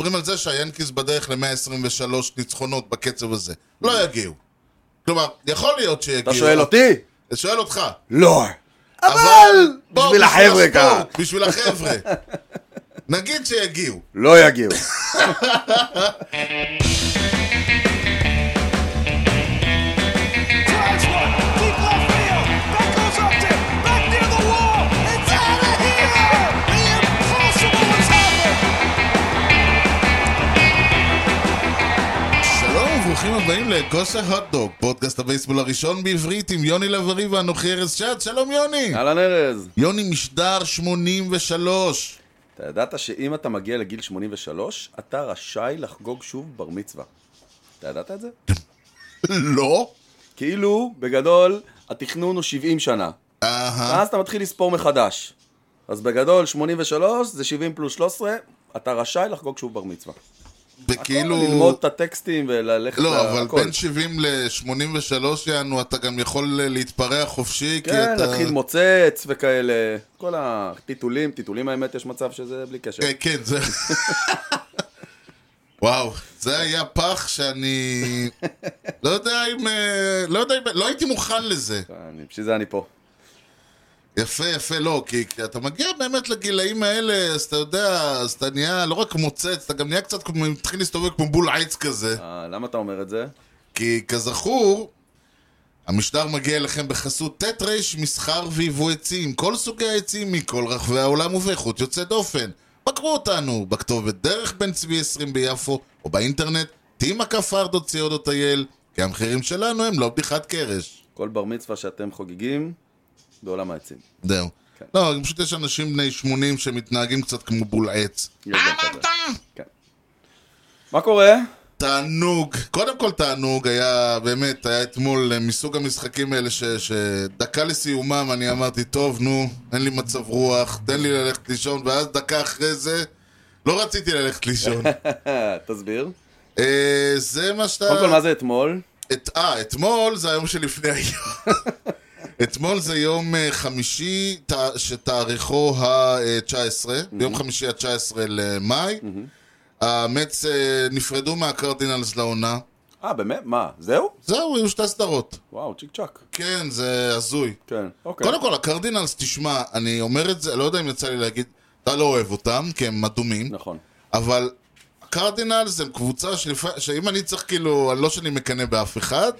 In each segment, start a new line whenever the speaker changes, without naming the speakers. מדברים על זה שהיאנקיז בדרך ל-123 ניצחונות בקצב הזה. לא יגיעו. כלומר, יכול להיות שיגיעו.
אתה שואל אותי?
אני שואל אותך.
לא.
אבל...
כאילו, אבל...
בוא,
בשביל החבר'ה ככה.
הספורט, בשביל החבר'ה. נגיד שיגיעו.
לא יגיעו.
Drives one, deep left field. That goes up to, back near the wall. It's out of here. The impossible has happened.
שלום וברוכים הבאים לכושר הוטדוג, פודקאסט הבייסבול הראשון בעברית עם יוני לב-ארי ואנוכי ארז שעד. שלום יוני!
אהלן ארז.
יוני משדר 83.
אתה ידעת שאם אתה מגיע לגיל 83, אתה רשאי לחגוג שוב בר מצווה. אתה ידעת את זה?
לא?
כאילו, בגדול, התכנון הוא 70 שנה.
אהה.
ואז אתה מתחיל לספור מחדש. אז בגדול, 83 זה 70 פלוס 13, אתה רשאי לחגוג שוב בר מצווה.
וכאילו...
ללמוד את הטקסטים וללכת
לא, אבל
להכל.
בין 70 ל-83 יענו, אתה גם יכול אה, להתפרע חופשי, כי
כן,
אתה...
להתחיל מוצץ וכאלה. כל הטיטולים, טיטולים האמת, יש מצב שזה בלי קשר.
כן, כן, זה... וואו, זה היה פח שאני... לא יודע אם... אה, לא יודע אם... לא הייתי מוכן לזה.
אני- בשביל זה אני פה.
יפה, יפה, לא, כי כי אתה מגיע באמת לגילאים האלה, אז אתה יודע, אז אתה נהיה לא רק מוצץ, אתה גם נהיה קצת כמו, מתחיל להסתובב כמו בול עץ כזה.
אה, למה אתה אומר את זה?
כי כזכור, המשדר מגיע אליכם בחסות ט' ר' מסחר ויבוא עצים, כל סוגי העצים מכל רחבי העולם ובאיכות יוצאת דופן. בקרו אותנו בכתובת דרך בן צבי 20 ביפו, או באינטרנט, t.mkfardo.co.il, כי המחירים שלנו הם לא בדיחת קרש.
כל בר מצווה שאתם חוגגים, בעולם העצים.
זהו.
כן.
לא, פשוט יש אנשים בני 80 שמתנהגים קצת כמו בול עץ.
יש גם כזה. כן. מה קורה?
תענוג, קודם כל תענוג, היה באמת, היה אתמול אה, מסוג המשחקים האלה ש, שדקה לסיומם אני אמרתי, טוב נו, אין לי מצב רוח, תן לי ללכת לישון, ואז דקה אחרי זה לא רציתי ללכת לישון.
תסביר.
אה, זה מה שאתה...
קודם כל, מה זה אתמול?
את- אה, אתמול זה היום שלפני היום. אתמול זה יום אה, חמישי ת- שתאריכו ה-19, ביום חמישי ה-19 למאי. המץ אה, נפרדו מהקרדינלס לעונה.
אה, באמת? מה? זהו?
זהו, היו שתי סדרות.
וואו, צ'יק צ'אק.
כן, זה הזוי.
כן, אוקיי.
קודם כל, הקרדינלס, תשמע, אני אומר את זה, לא יודע אם יצא לי להגיד, אתה לא אוהב אותם, כי הם אדומים,
נכון. אבל
אבל הקרדינלס הם קבוצה שלפ- שאם אני צריך, כאילו, אני לא שאני מקנא באף אחד,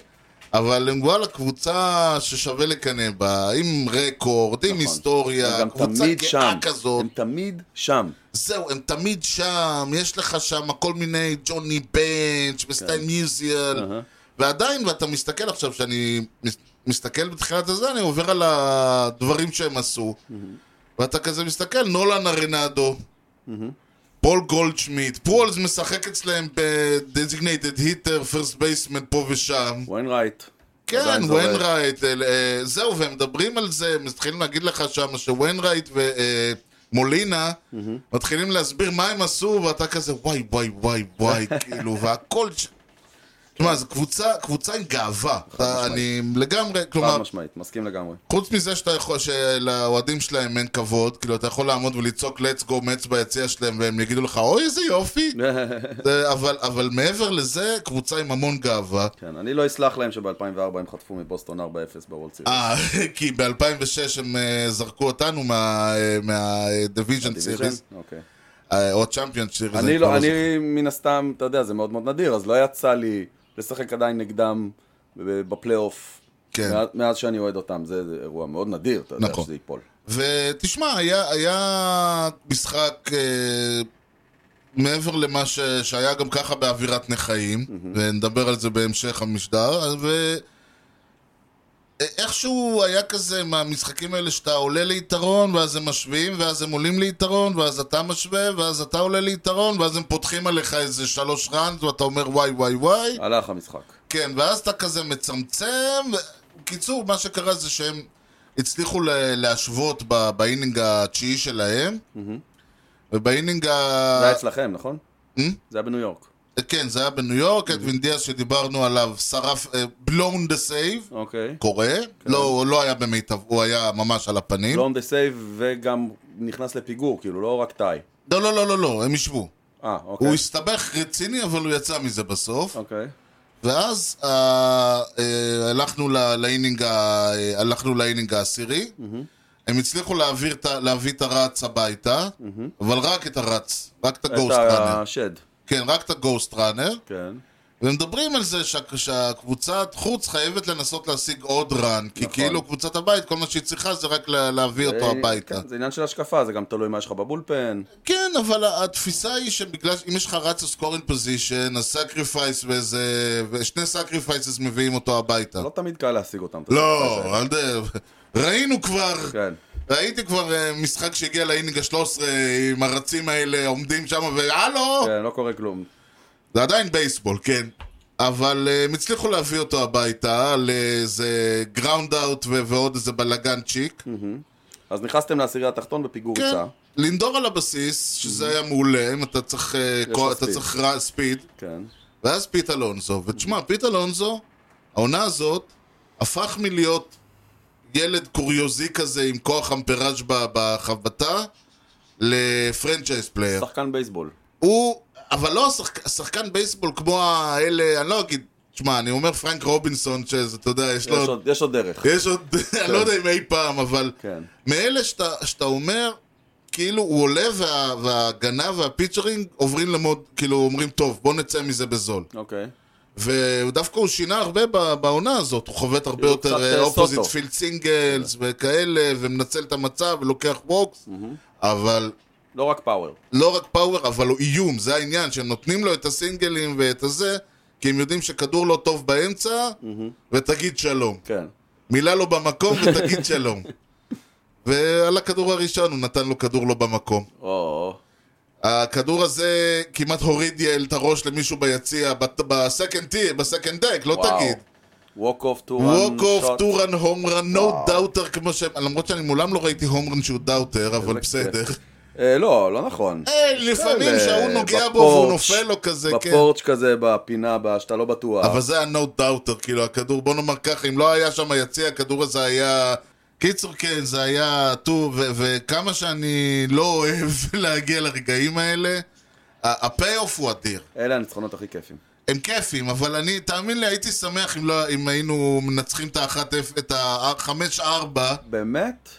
אבל הם וואלה קבוצה ששווה לקנא בה, עם רקורד, עם היסטוריה,
נכון. הם גם
קבוצה
תמיד
גאה
שם.
כזאת.
הם תמיד שם.
זהו, הם תמיד שם, יש לך שם כל מיני ג'וני בנץ' וסטיין מיוזיאל,
אהה.
ועדיין, ואתה מסתכל עכשיו, כשאני מס- מסתכל בתחילת הזה, אני עובר על הדברים שהם עשו, ואתה כזה מסתכל, נולן ארנדו, פול גולדשמיט, פרולס משחק אצלהם ב-designated hitter, first baseman פה ושם.
וויינרייט.
כן,
עדיין זורק.
ווינרייט, אה, אה, זהו, והם מדברים על זה, הם מתחילים להגיד לך שם שווינרייט ומולינה אה, מתחילים להסביר מה הם עשו, ואתה כזה וואי וואי וואי וואי, כאילו, והכל... ש- תשמע, זו קבוצה, קבוצה עם גאווה, אתה- אני לגמרי,
חד
כלומר,
משמעית, מסכים לגמרי.
חוץ מזה שאתה יכול, שלאוהדים שלהם אין כבוד, כאילו, אתה יכול לעמוד ולצעוק let's go מצ ביציע שלהם, והם יגידו לך, אוי, איזה יופי, זה- אבל- אבל מעבר לזה, קבוצה עם המון גאווה.
כן, אני לא אסלח להם שב-2004 הם חטפו מבוסטון 4-0 בוולד סיריס.
אה, כי ב-2006 הם אה, זרקו אותנו אה, מהדיוויז'ן סיריס,
דיוויז'ן? אוקיי.
אה, או צ'מפיון סיריס.
אני לא, אני מן הסתם, אתה יודע, זה מאוד מאוד נדיר, אז לא יצא לי לשחק עדיין נגדם ב- בפלייאוף.
כן.
מאז- מאז שאני אוהד אותם, זה זה אירוע מאוד נדיר, אתה יודע
נכון.
שזה ייפול.
ותשמע, היה- היה משחק אה, מעבר למה ש- שהיה גם ככה באווירת נכאים, ונדבר על זה בהמשך המשדר, ו... אה, איכשהו היה כזה מהמשחקים האלה שאתה עולה ליתרון ואז הם משווים ואז הם עולים ליתרון ואז אתה משווה ואז אתה עולה ליתרון ואז הם פותחים עליך איזה שלוש ראנס ואתה אומר וואי וואי וואי
הלך המשחק.
כן ואז אתה כזה מצמצם ו- קיצור מה שקרה זה שהם הצליחו ל- להשוות ב- באינינג התשיעי שלהם ובאינינג ה...
זה היה אצלכם, נכון?
Hmm?
זה היה בניו יורק.
כן זה היה בניו יורק אדווין דיאז שדיברנו עליו שרף אה, בלון דה סייב
אוקיי.
קורה לא הוא לא היה במיטב הוא היה ממש על
לא.
הפנים
לום דה סייב וגם נכנס לפיגור, כאילו, לא רק טאי.
לא, לא, לא, לא, לא, הם ישבו.
אה,
הוא
אוקיי.
הסתבך רציני, אבל הוא יצא מזה בסוף.
אוקיי.
ואז אה, אה, הלכנו ל- לאינינג ה- אה, הלכנו לאינינג העשירי, הם הצליחו להעביר את ה- להביא את הרץ הביתה, אבל רק את הרץ, רק את הגוסט
את
ראנר.
השד.
כן, רק את הגוסט ראנר.
כן.
ומדברים על זה שה- שהקבוצת חוץ חייבת לנסות להשיג עוד רן, כי
נכון.
כאילו קבוצת הבית, כל מה שהיא צריכה זה רק לה- להביא אותו
אה,
הביתה.
כן, זה עניין של השקפה, זה גם תלוי מה יש לך בבולפן.
כן, אבל התפיסה היא שבגלל שאם יש לך רץ סקורינג פוזיישן, אז סקריפייס ואיזה... ושני סקריפייסס מביאים אותו הביתה.
לא תמיד קל להשיג אותם. אתה
לא,
יודע, זה-
אל ת... ראינו כבר,
כן.
ראיתי כבר אה, משחק שהגיע לאינינג ה-13 עם הרצים האלה עומדים שם והלו!
כן, לא קורה כלום.
זה עדיין בייסבול, כן. אבל אה, הם הצליחו להביא אותו הביתה לאיזה גראונד אאוט ועוד איזה בלאגנצ'יק.
אז נכנסתם לעשירי התחתון בפיגור
כן,
היצע.
לינדור על הבסיס, שזה היה מעולה, אם אתה צריך, אה,
לו
כוח- אתה
ספיד.
צריך רע- ספיד.
כן.
ואז פיט אלונזו, ותשמע, פיט אלונזו, העונה הזאת, הפך מלהיות ילד קוריוזי כזה עם כוח אמפראז' ב- בחבטה, לפרנצ'ייז פלייר.
שחקן בייסבול.
כן. הוא, אבל לא השחק, שחקן בייסבול כמו האלה, אני לא אגיד, תשמע, אני אומר פרנק רובינסון, שזה, אתה יודע, יש לו,
יש עוד- יש עוד דרך.
יש עוד, אני לא יודע אם אי פעם, אבל,
כן.
מאלה שאתה, שאתה אומר, כאילו, הוא עולה וה, וההגנה והפיצ'רינג עוברים למוד, כאילו, אומרים, טוב, בוא נצא מזה בזול.
אוקיי.
ודווקא הוא שינה הרבה ב- בעונה הזאת, הוא חובט הרבה
הוא
יותר
קצת, אה,
אופוזיט
סוטו.
פילד סינגלס וכאלה, ומנצל את המצב ולוקח ווקס,
Mm-hmm.
אבל
לא רק פאוור.
לא רק פאוור, אבל הוא איום, זה העניין, שהם נותנים לו את הסינגלים ואת הזה, כי הם יודעים שכדור לא טוב באמצע,
Mm-hmm.
ותגיד שלום.
כן.
מילה לא במקום ותגיד שלום. ועל הכדור הראשון הוא נתן לו כדור לא במקום.
או, או.
הכדור הזה כמעט הוריד יעל את הראש למישהו ביציע, בת- בסקנד טי- בסקנד דק, לא
וואו.
תגיד.
ווק אוף טו רן.
ווק אוף, טורן, הומרן, נו דאוטר כמו ש... למרות שאני מעולם לא ראיתי הומרן שהוא דאוטר, אבל
איזה
בסדר.
לא, לא נכון.
אה, לפעמים
כאלה,
שההוא נוגע בו
בפורץ',
והוא נופל לו כזה, כן.
בפורץ' כזה, בפינה, ב- שאתה לא בטוח.
אבל זה היה נו דאוטר, כאילו, הכדור, בוא נאמר ככה, אם לא היה שם היציע, הכדור הזה היה... קיצור, כן, זה היה טור, ו- וכמה שאני לא אוהב להגיע לרגעים האלה, הפי-אוף הוא אדיר.
אלה הניצחונות הכי כיפים.
הם כיפים, אבל אני, תאמין לי, הייתי שמח אם, לא, אם היינו מנצחים את ה-1-0, את ה-5-4,
באמת?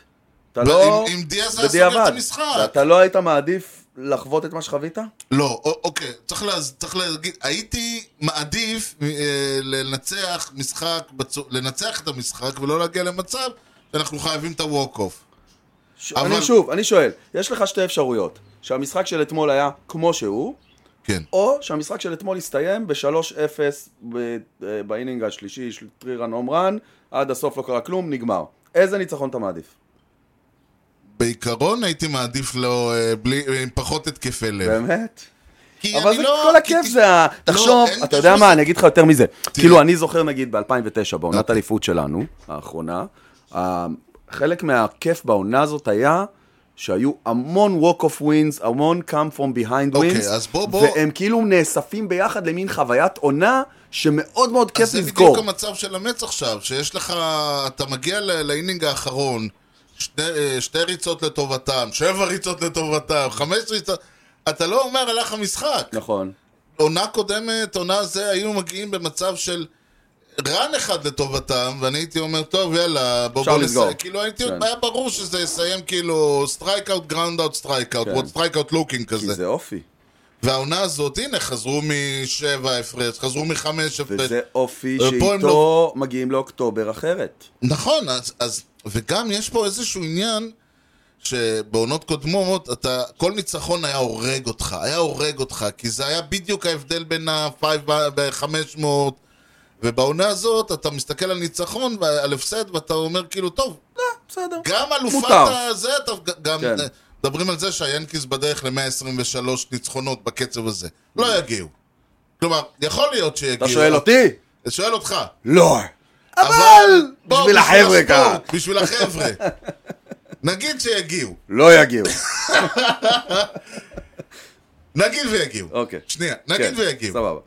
אתה לא...
אם, אם דיאז היה סוגר את
בדיעבד.
המשחק.
אתה לא היית מעדיף לחוות את מה שחווית?
לא, א- אוקיי, צריך, לה, צריך להגיד, הייתי מעדיף אה, לנצח משחק, בצו, לנצח את המשחק ולא להגיע למצב שאנחנו חייבים את הווק-אוף.
ש...
אבל-
אני שוב, אני שואל, יש לך שתי אפשרויות. שהמשחק של אתמול היה כמו שהוא,
כן.
או שהמשחק של אתמול הסתיים ב-3-0 ב- אה, באינינג השלישי, של טרי רן הום רן, עד הסוף לא קרה כלום, נגמר. איזה ניצחון אתה מעדיף?
בעיקרון הייתי מעדיף לו אה, בלי, אה, עם פחות התקפי לב.
באמת?
כי
אבל
אני
זה
לא-
כל
כי
הכיף
תש-
זה ה... תחשוב,
אין
אתה יודע
קשר
מה,
לזה.
אני אגיד לך יותר מזה. כאילו, אני זוכר נגיד ב-2009,
אוקיי.
בעונת האליפות שלנו, האחרונה, ה- חלק מהכיף בעונה הזאת היה... שהיו המון walk of wins, המון come from behind
אוקיי,
wins,
אז בוא- בוא-
והם כאילו נאספים ביחד למין חוויית עונה שמאוד מאוד כיף
זה
לזכור.
בדיוק המצב של המץ עכשיו, שיש לך, אתה מגיע ל- לאינינג האחרון, שתי, אה, שתי ריצות לטובתם, שבע ריצות לטובתם, חמש ריצות, אתה לא אומר הלך המשחק.
נכון,
עונה קודמת, עונה זה, היינו מגיעים במצב של רן אחד לטובתם, ואני הייתי אומר, טוב, יאללה, בוא
אפשר
בוא
לסגור."
נסיים. כאילו, הייתי,
כן.
היה ברור שזה יסיים כאילו סטרייק אאוט, גראונד אאוט, סטרייק אאוט,
כן.
ועוד סטרייק אאוט לוקינג
כי
כזה.
זה אופי.
והעונה הזאת, הנה, חזרו משבע הפרש, חזרו מחמש הפרש.
וזה אופי
אה, פה הם
שאיתו מגיעים לאוקטובר אחרת.
נכון, אז, אז, וגם יש פה איזשהו עניין שבעונות קודמות, אתה, כל ניצחון היה הורג אותך, היה הורג אותך, כי זה היה בדיוק ההבדל בין ה-500, ובעונה הזאת אתה מסתכל על ניצחון ועל הפסד, ואתה אומר כאילו, טוב,
בסדר.
גם אלופת
מותר.
הזה, אתה גם...
כן.
מדברים על זה שהיאנקיז בדרך ל-123 ניצחונות בקצב הזה. לא יגיעו. כלומר, יכול להיות שיגיעו.
אתה שואל אותי?
שואל אותך.
לא.
לא- אבל... בוא,
בשביל החבר'ה ככה.
הספורט, בשביל החבר'ה. נגיד שיגיעו.
לא יגיעו.
נגיד ויגיעו.
אוקיי.
שנייה, נגיד
כן,
ויגיעו.
סבבה.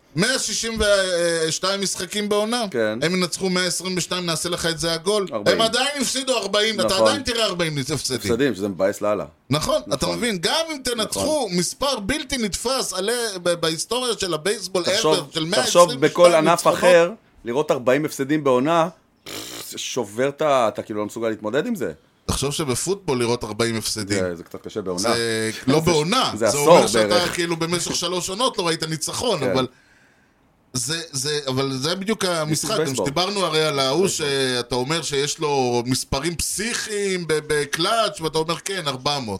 162 משחקים בעונה,
כן.
הם ינצחו 122, נעשה לך את זה הגול.
40.
הם עדיין הפסידו 40, אתה
נכון.
עדיין תראה 40 הפסדים.
הפסדים, שזה מבאס לאללה.
נכון, אתה מבין? גם אם תנצחו
נכון.
מספר בלתי נתפס עלי- ב- בהיסטוריה של הבייסבול ever,
תחשוב,
של 122
תחשוב בכל ענף
ניצחונות,
אחר, לראות 40 הפסדים בעונה, זה שובר את ה... אתה כאילו לא מסוגל להתמודד עם זה.
תחשוב שבפוטבול לראות 40 הפסדים.
זה זה קצת קשה בעונה.
זה לא בעונה,
זה
זה
עשור
אומר שאתה
בערך.
כאילו במשך שלוש עונות לא ראית ניצחון,
כן.
אבל... זה, זה, אבל זה בדיוק המשחק, גם
בייסבול.
שדיברנו הרי על ההוא שאתה אומר שיש לו מספרים פסיכיים ב- בקלאץ', ואתה אומר כן, 400.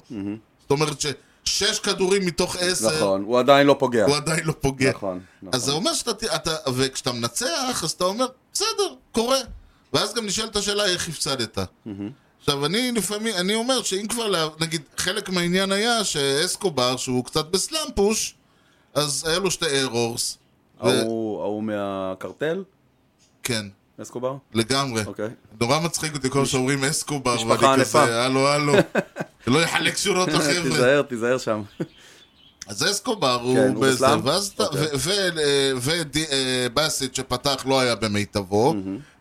זאת אומרת ששש כדורים מתוך עשר,
נכון, הוא עדיין לא פוגע.
הוא עדיין לא פוגע.
נכון, נכון.
אז זה אומר שאתה, ת- אתה, וכשאתה מנצח, אז אתה אומר, בסדר, קורה. ואז גם נשאלת השאלה איך הפסדת. עכשיו, אני לפעמים, אני אומר שאם כבר, לה- נגיד, חלק מהעניין היה שאסקובר, שהוא קצת בסלאמפוש, אז היה לו שתי ארורס. ו-
ההוא ההוא מהקרטל,
כן,
אסקובר?
לגמרי.
אוקיי.
נורא מצחיק אותי כל שאומרים אסקובר,
משפחה
ואני
ענפה.
כזה, הלו, הלו. שלא יחלק שורות לחבר'ה.
תיזהר, תיזהר שם.
כן. אז אסקובר
כן,
הוא
הוא
בזה,
בסלאם?
ואז אתה,
אוקיי.
ובאסיט אה, שפתח לא היה במיטבו,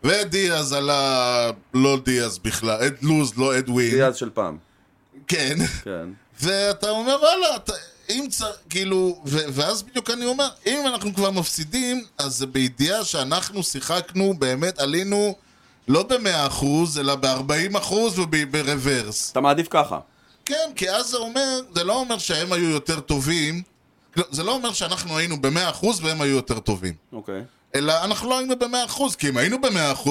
ודיאז עלה, לא דיאז בכלל, אד לוז, לא אד ווין,
דיאז של פעם,
כן,
כן.
ואתה אומר וואלה, אתה- אם צריך, כאילו, ו- ואז בדיוק אני אומר, אם אנחנו כבר מפסידים, אז זה בידיעה שאנחנו שיחקנו, באמת עלינו לא ב-100%, אלא ב-40% וברוורס.
אתה מעדיף ככה.
כן, כי אז זה אומר, זה לא אומר שהם היו יותר טובים, לא, זה לא אומר שאנחנו היינו ב-100% והם היו יותר טובים.
אוקיי.
אלא אנחנו לא היינו ב-100%, כי אם היינו ב-100%,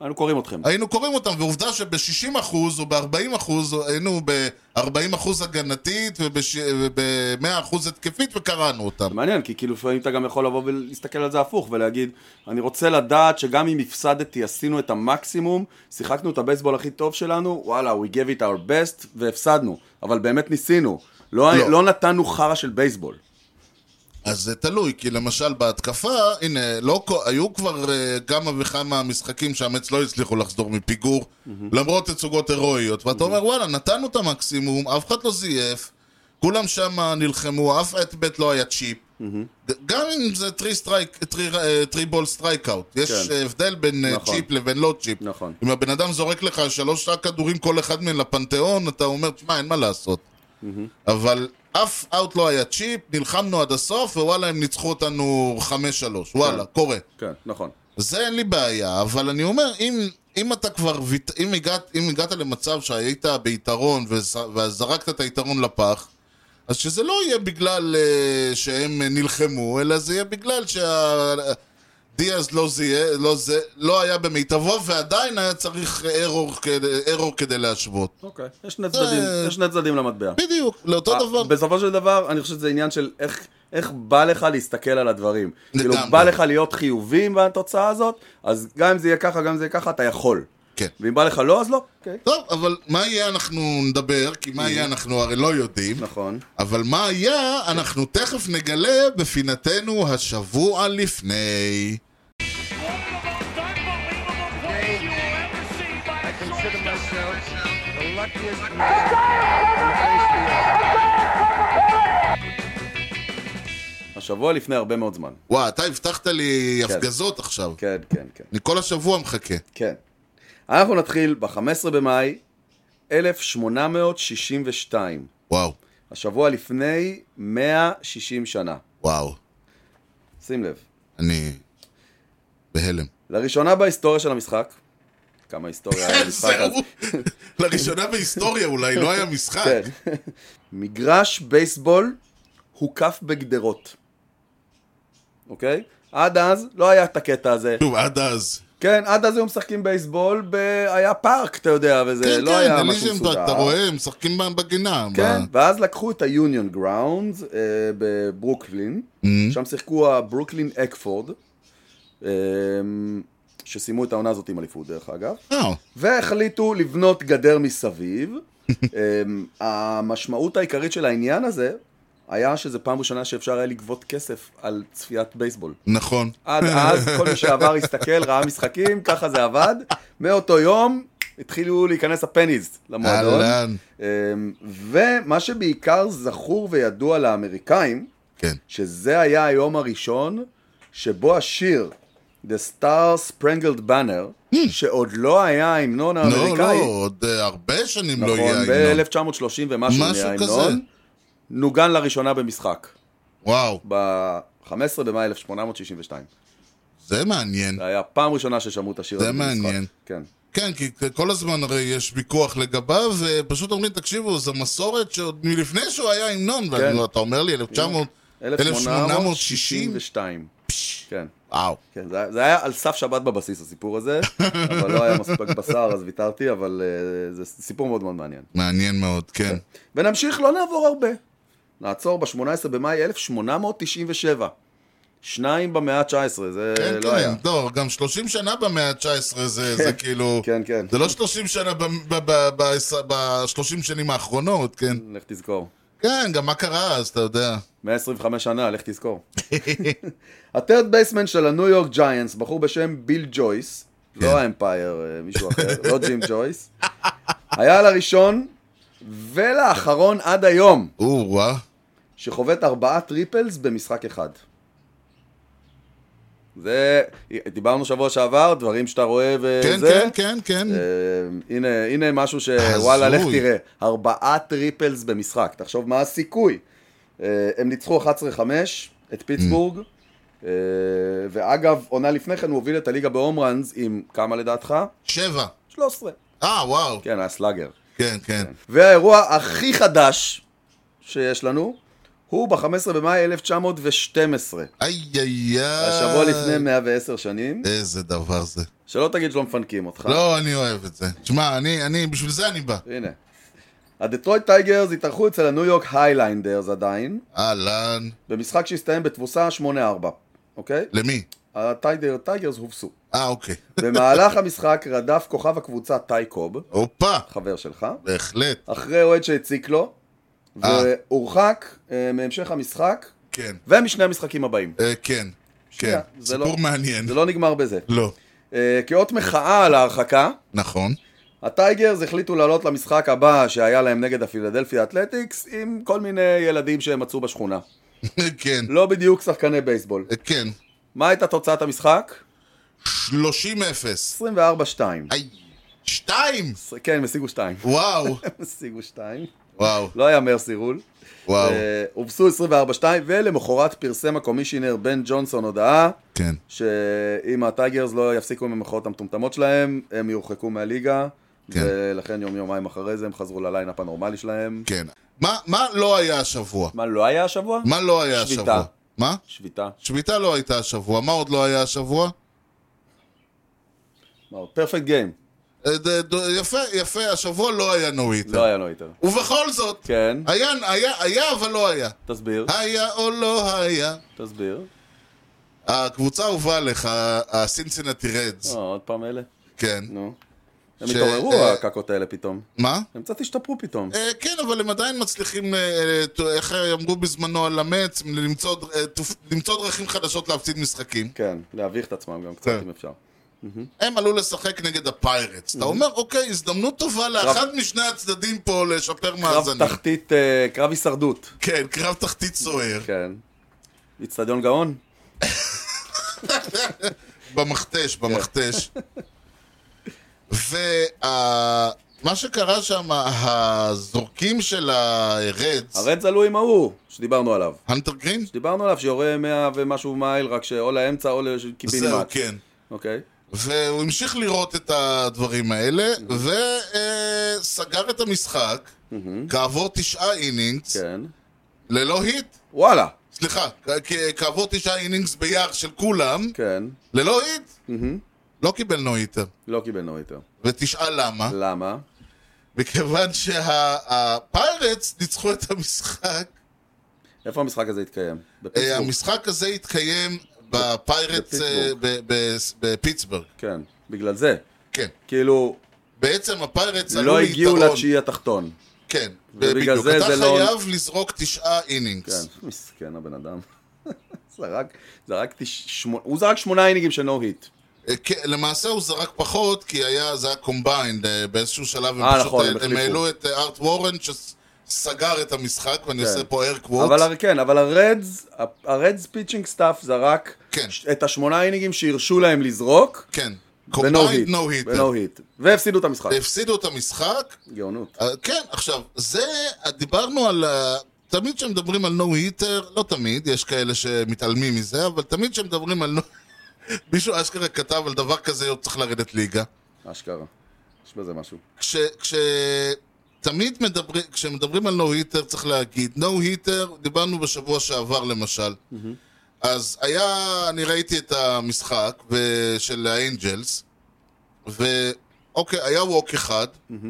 היינו קוראים אתכם.
היינו קוראים אותם, ועובדה שב-60% או ב-40% היינו ב-40% הגנתית וב-100% התקפית וקראנו אותם.
זה מעניין, כי כאילו לפעמים אתה גם יכול לבוא ולהסתכל על זה הפוך ולהגיד, אני רוצה לדעת שגם אם הפסדתי עשינו את המקסימום, שיחקנו את הבייסבול הכי טוב שלנו, וואלה, we gave it our best והפסדנו, אבל באמת ניסינו. לא,
לא.
לא. לא נתנו חרא של בייסבול.
אז זה תלוי, כי למשל בהתקפה, הנה, לא, כל- היו כבר אה, כמה וכמה משחקים שהמץ לא הצליחו לחזור מפיגור, למרות תצוגות הירואיות. ואתה אומר, וואלה, נתנו את המקסימום, אף אחד לא זייף, כולם שם נלחמו, אף את בית לא היה צ'יפ. גם אם זה טרי סטרייק, טרי- אה, טרי בול סטרייק אאוט, יש
כן.
אה, הבדל בין אה,
נכון.
צ'יפ לבין לא צ'יפ.
נכון.
אם הבן אדם זורק לך שלושה כדורים כל אחד מהם לפנתיאון, אתה אומר, תשמע, אין מה לעשות. אבל אף אאוט לא היה צ'יפ, נלחמנו עד הסוף, ווואלה, הם ניצחו אותנו 5-3. וואלה, קורה.
כן, נכון.
זה אין לי בעיה, אבל אני אומר, אם, אם אתה כבר, ויט- אם הגעת, אם הגעת למצב שהיית ביתרון וז- וזרקת את היתרון לפח, אז שזה לא יהיה בגלל אה, שהם אה, נלחמו, אלא זה יהיה בגלל שה... דיאז לא, זיה, לא, זה, לא היה במיטבו ועדיין היה צריך ארור כדי, ארור כדי להשוות.
אוקיי. יש שני צדדים,
אה.
יש שני צדדים למטבע.
בדיוק, לאותו
אה,
דבר.
בסופו של דבר, אני חושב שזה עניין של איך, איך בא לך להסתכל על הדברים. כאילו,
לגמרי.
בא לך להיות חיובי עם התוצאה הזאת, אז גם אם זה יהיה ככה, גם אם זה יהיה ככה, אתה יכול.
כן.
ואם בא לך לא, אז לא. אוקיי.
טוב, אבל מה יהיה אנחנו נדבר, כי מה יהיה אנחנו הרי לא יודעים.
נכון.
אבל מה היה, אנחנו תכף נגלה בפינתנו השבוע לפני.
Unbelievable play you will ever see by a
consider
shortstop.
myself the luckiest man.
השבוע לפני הרבה מאוד זמן.
וואי, אתה הבטחת לי הפגזות עכשיו.
כן, כן, כן.
אני כל השבוע מחכה.
כן. אנחנו נתחיל ב-15 במאי 1862.
וואו,
השבוע לפני 160 שנה.
וואו.
שים לב.
אני... בהלם.
לראשונה בהיסטוריה של המשחק, כמה היסטוריה היה למשחק אז,
זהו. לראשונה בהיסטוריה אולי, לא היה משחק.
כן. מגרש בייסבול הוקף בגדרות, אוקיי? עד אז לא היה את הקטע הזה.
שוב, עד אז.
כן, עד אז היו משחקים בייסבול, ב... היה פארק, אתה יודע, וזה
כן,
לא
כן,
היה משהו
אלישם,
מסודר.
אתה רואה, הם משחקים בגינה.
כן,
מה-
ואז לקחו את היוניון גראונד אה, בברוקלין, שם שיחקו הברוקלין אקפורד, אה, שסיימו את העונה הזאת עם אליפות דרך אגב.
אה,
והחליטו לבנות גדר מסביב. אמ, המשמעות העיקרית של העניין הזה היה שזו פעם ראשונה שאפשר היה לגבות כסף על צפיית בייסבול.
נכון.
עד אז כל מי שעבר הסתכל, ראה משחקים, ככה זה עבד. מאותו יום התחילו להיכנס הפניז למועדון.
אהלן.
אמ, ומה שבעיקר זכור וידוע לאמריקאים
כן.
שזה היה היום הראשון שבו השיר The Star Sprangled Banner, שעוד לא היה ההמנון
Mm. לא, לא,
האמריקאי,
עוד אה, הרבה שנים לא יהיה
נכון,
ההמנון.
ב-1930 ומשהו
משהו
נהיה
כזה.
ההמנון, נוגן לראשונה במשחק,
וואו,
ב-15 במאי 1862.
זה מעניין.
זה היה פעם ראשונה ששמעו את השיר
זה
הזה במשחק.
מעניין.
כן.
כן, כי כל הזמן הרי יש ויכוח לגביו, ופשוט אומרים, תקשיבו, זו מסורת שעוד מלפני שהוא היה המנון,
כן.
ואני לא- אתה אומר לי 1900, 1860?
1862. כן.
וואו.
כן, זה היה- זה היה על סף שבת בבסיס הסיפור הזה, אבל לא היה מספיק בשר אז ויתרתי, אבל אה, זה סיפור מאוד מאוד מעניין.
מעניין מאוד, כן.
ונמשיך, לא נעבור הרבה. נעצור ב-18 במאי 1897. שניים במאה ה-19, זה
כן,
לא היה.
כן, לא, גם 30 שנה במאה ה-19 זה זה כאילו...
כן, כן.
זה לא 30 שנה ב-30 שנים האחרונות, כן?
לך תזכור.
כן, גם מה קרה אז, אתה יודע.
125 שנה, לך תזכור. הטרד בייסמן של הניו יורק ג'יינטס, בחור בשם ביל ג'ויס,
כן.
לא האמפייר, אה, מישהו אחר, לא ג'ים ג'ויס, היה לראשון ולאחרון עד היום,
או-אה,
שחובט ארבעה טריפלס במשחק אחד. זה, דיברנו שבוע שעבר, דברים שאתה רואה וזה.
כן, כן, כן, כן.
אה, הנה, הנה משהו שוואלה, לך
הזוי.
תראה. ארבעה טריפלס במשחק, תחשוב מה הסיכוי. אה, הם ניצחו 11-5 את פיטסבורג,
Mm.
אה, ואגב, עונה לפני כן הוא הוביל את הליגה בהום ראנס עם כמה לדעתך?
שבע.
13.
אה, וואו.
כן, היה סלאגר.
כן, כן.
והאירוע הכי חדש שיש לנו, הוא ב-15 במאי 1912.
איי, איי, איי.
השבוע לפני 110 שנים,
איזה דבר זה.
שלא תגיד שלא מפנקים אותך.
לא, אני אוהב את זה. תשמע, אני, אני, בשביל זה אני בא.
הנה. הדטרויט טייגרס התארחו אצל הניו יורק היילנדרס עדיין,
אהלן.
במשחק שהסתיים בתבוסה 8-4, אוקיי?
למי?
הטייגר- הטייגרס הובסו.
אה, אוקיי.
במהלך המשחק רדף כוכב הקבוצה טייקוב,
הופה,
חבר שלך,
בהחלט.
אחרי אוהד שהציק לו,
אה.
והורחק אה, מהמשך המשחק,
כן.
ומשני המשחקים הבאים.
אה, כן. כן.
שנייה, זה
סיפור
לא-
מעניין.
זה לא נגמר בזה.
לא.
אה, כאות מחאה על ההרחקה,
נכון.
הטייגרס החליטו לעלות למשחק הבא שהיה להם נגד הפילדלפיה אתלטיקס עם כל מיני ילדים שהם מצאו בשכונה.
כן.
לא בדיוק שחקני בייסבול.
אה, כן.
מה הייתה תוצאת המשחק?
30-0.
24-2.
איי. שתיים!
כן, הם השיגו 2.
וואו.
השיגו 2.
וואו.
לא היה מרסי רול.
וואו.
אה, הובסו 24-2, ולמחרת פרסם הקומישיונר בן ג'ונסון הודעה
כן.
שאם הטייגרס לא יפסיקו עם המחאות המטומטמות שלהם, הם יורחקו מהליגה,
כן.
ולכן יום יומיים אחרי זה הם חזרו לליינאפ הנורמלי שלהם.
כן. מה, מה לא היה השבוע?
מה, לא היה השבוע?
מה לא היה
שביתה.
השבוע? מה?
שביתה.
שביתה לא הייתה השבוע. מה עוד לא היה השבוע?
פרפקט גיים.
אה, ד- ד- יפה, יפה, השבוע לא היה נויטה.
לא היה לו יותר.
ובכל זאת,
כן,
היה, היה, היה, אבל לא היה.
תסביר,
היה או לא היה.
תסביר.
הקבוצה הובאה לך, הסינסינטי רדס,
אה, עוד פעם אלה.
כן.
נו. הם
ש-
התעוררו
אה,
הקקות האלה פתאום.
מה?
הם קצת השתפרו פתאום.
אה, כן, אבל הם עדיין מצליחים, אה, אה, ת- איך אה, אמרו בזמנו על המץ, למצוא ד- אה, תופ- למצוא דרכים חדשות להפסיד משחקים.
כן, להביך את עצמם גם קצת
כן.
אם אפשר.
הם עלו לשחק נגד הפיירטס.
אה.
אתה אומר, אוקיי, הזדמנות טובה לאחד משני הצדדים פה לשפר
קרב
מאזנים.
תחתית, אה, קרב הישרדות.
כן, קרב תחתית סוער,
כן. אצטדיון גאון?
במכתש,
כן.
במכתש. ומה שקרה שם, הזורקים של הרדס,
הרדס עלו עם ההוא, שדיברנו עליו.
הנטר גרין?
שדיברנו עליו שיורה 100 ומשהו מייל, רק שאו לאמצע או
זהו,
לקיבינימט.
כן.
אוקיי.
והוא המשיך לראות את הדברים האלה,
Mm-hmm.
וסגר את המשחק, כעבור תשעה אינינגס,
Mm-hmm. כן.
ללא היט.
וואלה.
סליחה, כ- כעבור תשעה אינינגס ביער של כולם,
כן. Mm-hmm.
ללא היט. לא קיבל נו היטר.
לא קיבלנו יותר.
ותשאל למה.
למה?
מכיוון שהפיירטס ניצחו את המשחק.
איפה המשחק הזה התקיים?
אה,
בפיטסבורג.
המשחק הזה התקיים בפיירטס אה,
בפיטסבורג.
ב- ב- בפיטסבורג.
כן. בגלל זה.
כן.
כאילו,
בעצם הפיירטס עלו
לא הגיעו
ליתרון.
לתשיעי התחתון.
כן,
ובגלל
בדיוק.
זה
אתה
זה לא-
חייב לזרוק תשעה אינינגס.
כן, מסכן הבן אדם. זרק, זרקתי שמונה, הוא זרק שמונה אינינגים של נו היט.
אה, כן, למעשה הוא זרק פחות, כי היה, זה היה קומביינד, אה, באיזשהו שלב
אה,
הם פשוט,
נכון,
אה, הם
הם החליפו.
העלו את אה, ארט וורן, סגר את המשחק, ואני
כן.
עושה פה air quotes.
אבל הר- כן, אבל הרדס, ה- הרדס פיצ'ינג סטאפ זרק
כן.
ש- את השמונה אינינגים שהרשו להם לזרוק,
כן.
בנו היט,
Combined no אה. hitter.
בנו היט, והפסידו את המשחק.
הפסידו את המשחק,
גאונות.
אה, כן, עכשיו, זה, דיברנו על, ה- תמיד כשמדברים על נו היטר, לא תמיד, יש כאלה שמתעלמים מזה, אבל תמיד כשמדברים על נו... מישהו אשכרה כתב על דבר כזה, הוא צריך לרדת ליגה.
אשכרה. יש בזה משהו.
כש... כש... תמיד מדברים, כשמדברים על נו היטר צריך להגיד, נו היטר, דיברנו בשבוע שעבר למשל.
Mm-hmm.
אז היה, אני ראיתי את המשחק ו- של האנג'לס, ואוקיי, היה ווק אחד,
Mm-hmm.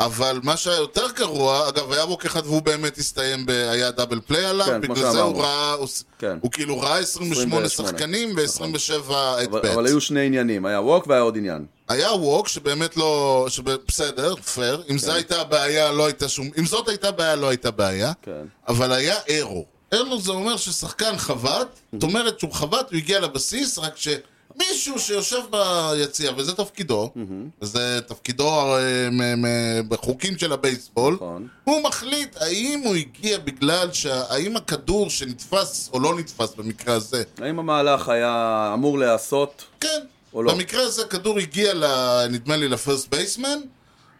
אבל מה שהיה יותר גרוע, אגב, היה ווק אחד והוא באמת הסתיים, ב... היה דאבל פליי עליו,
כן, כמו
בגלל זה הוא
שאמרנו.
ראה, הוא... ס-
כן.
הוא כאילו ראה 28 שחקנים ו-27 את
נכון. אבל, אבל היו שני עניינים, היה ווק והיה עוד עניין.
היה ווק שבאמת לא... שבסדר, פייר. אם
כן.
זו הייתה הבעיה, לא הייתה שום... אם זאת הייתה בעיה, לא הייתה בעיה.
כן.
אבל היה אירו. אירו זה אומר ששחקן חבט,
Mm-hmm.
זאת אומרת שהוא חבט, הוא הגיע לבסיס, רק שמישהו שיושב ביציע, וזה תפקידו,
Mm-hmm.
וזה תפקידו אה, מ- מ- בחוקים של הבייסבול,
נכון.
הוא מחליט האם הוא הגיע בגלל שה... האם הכדור שנתפס או לא נתפס במקרה הזה,
האם המהלך היה אמור להיעשות?
כן.
או לא?
במקרה הזה הכדור הגיע, ל, נדמה לי, לפרסט בייסמן,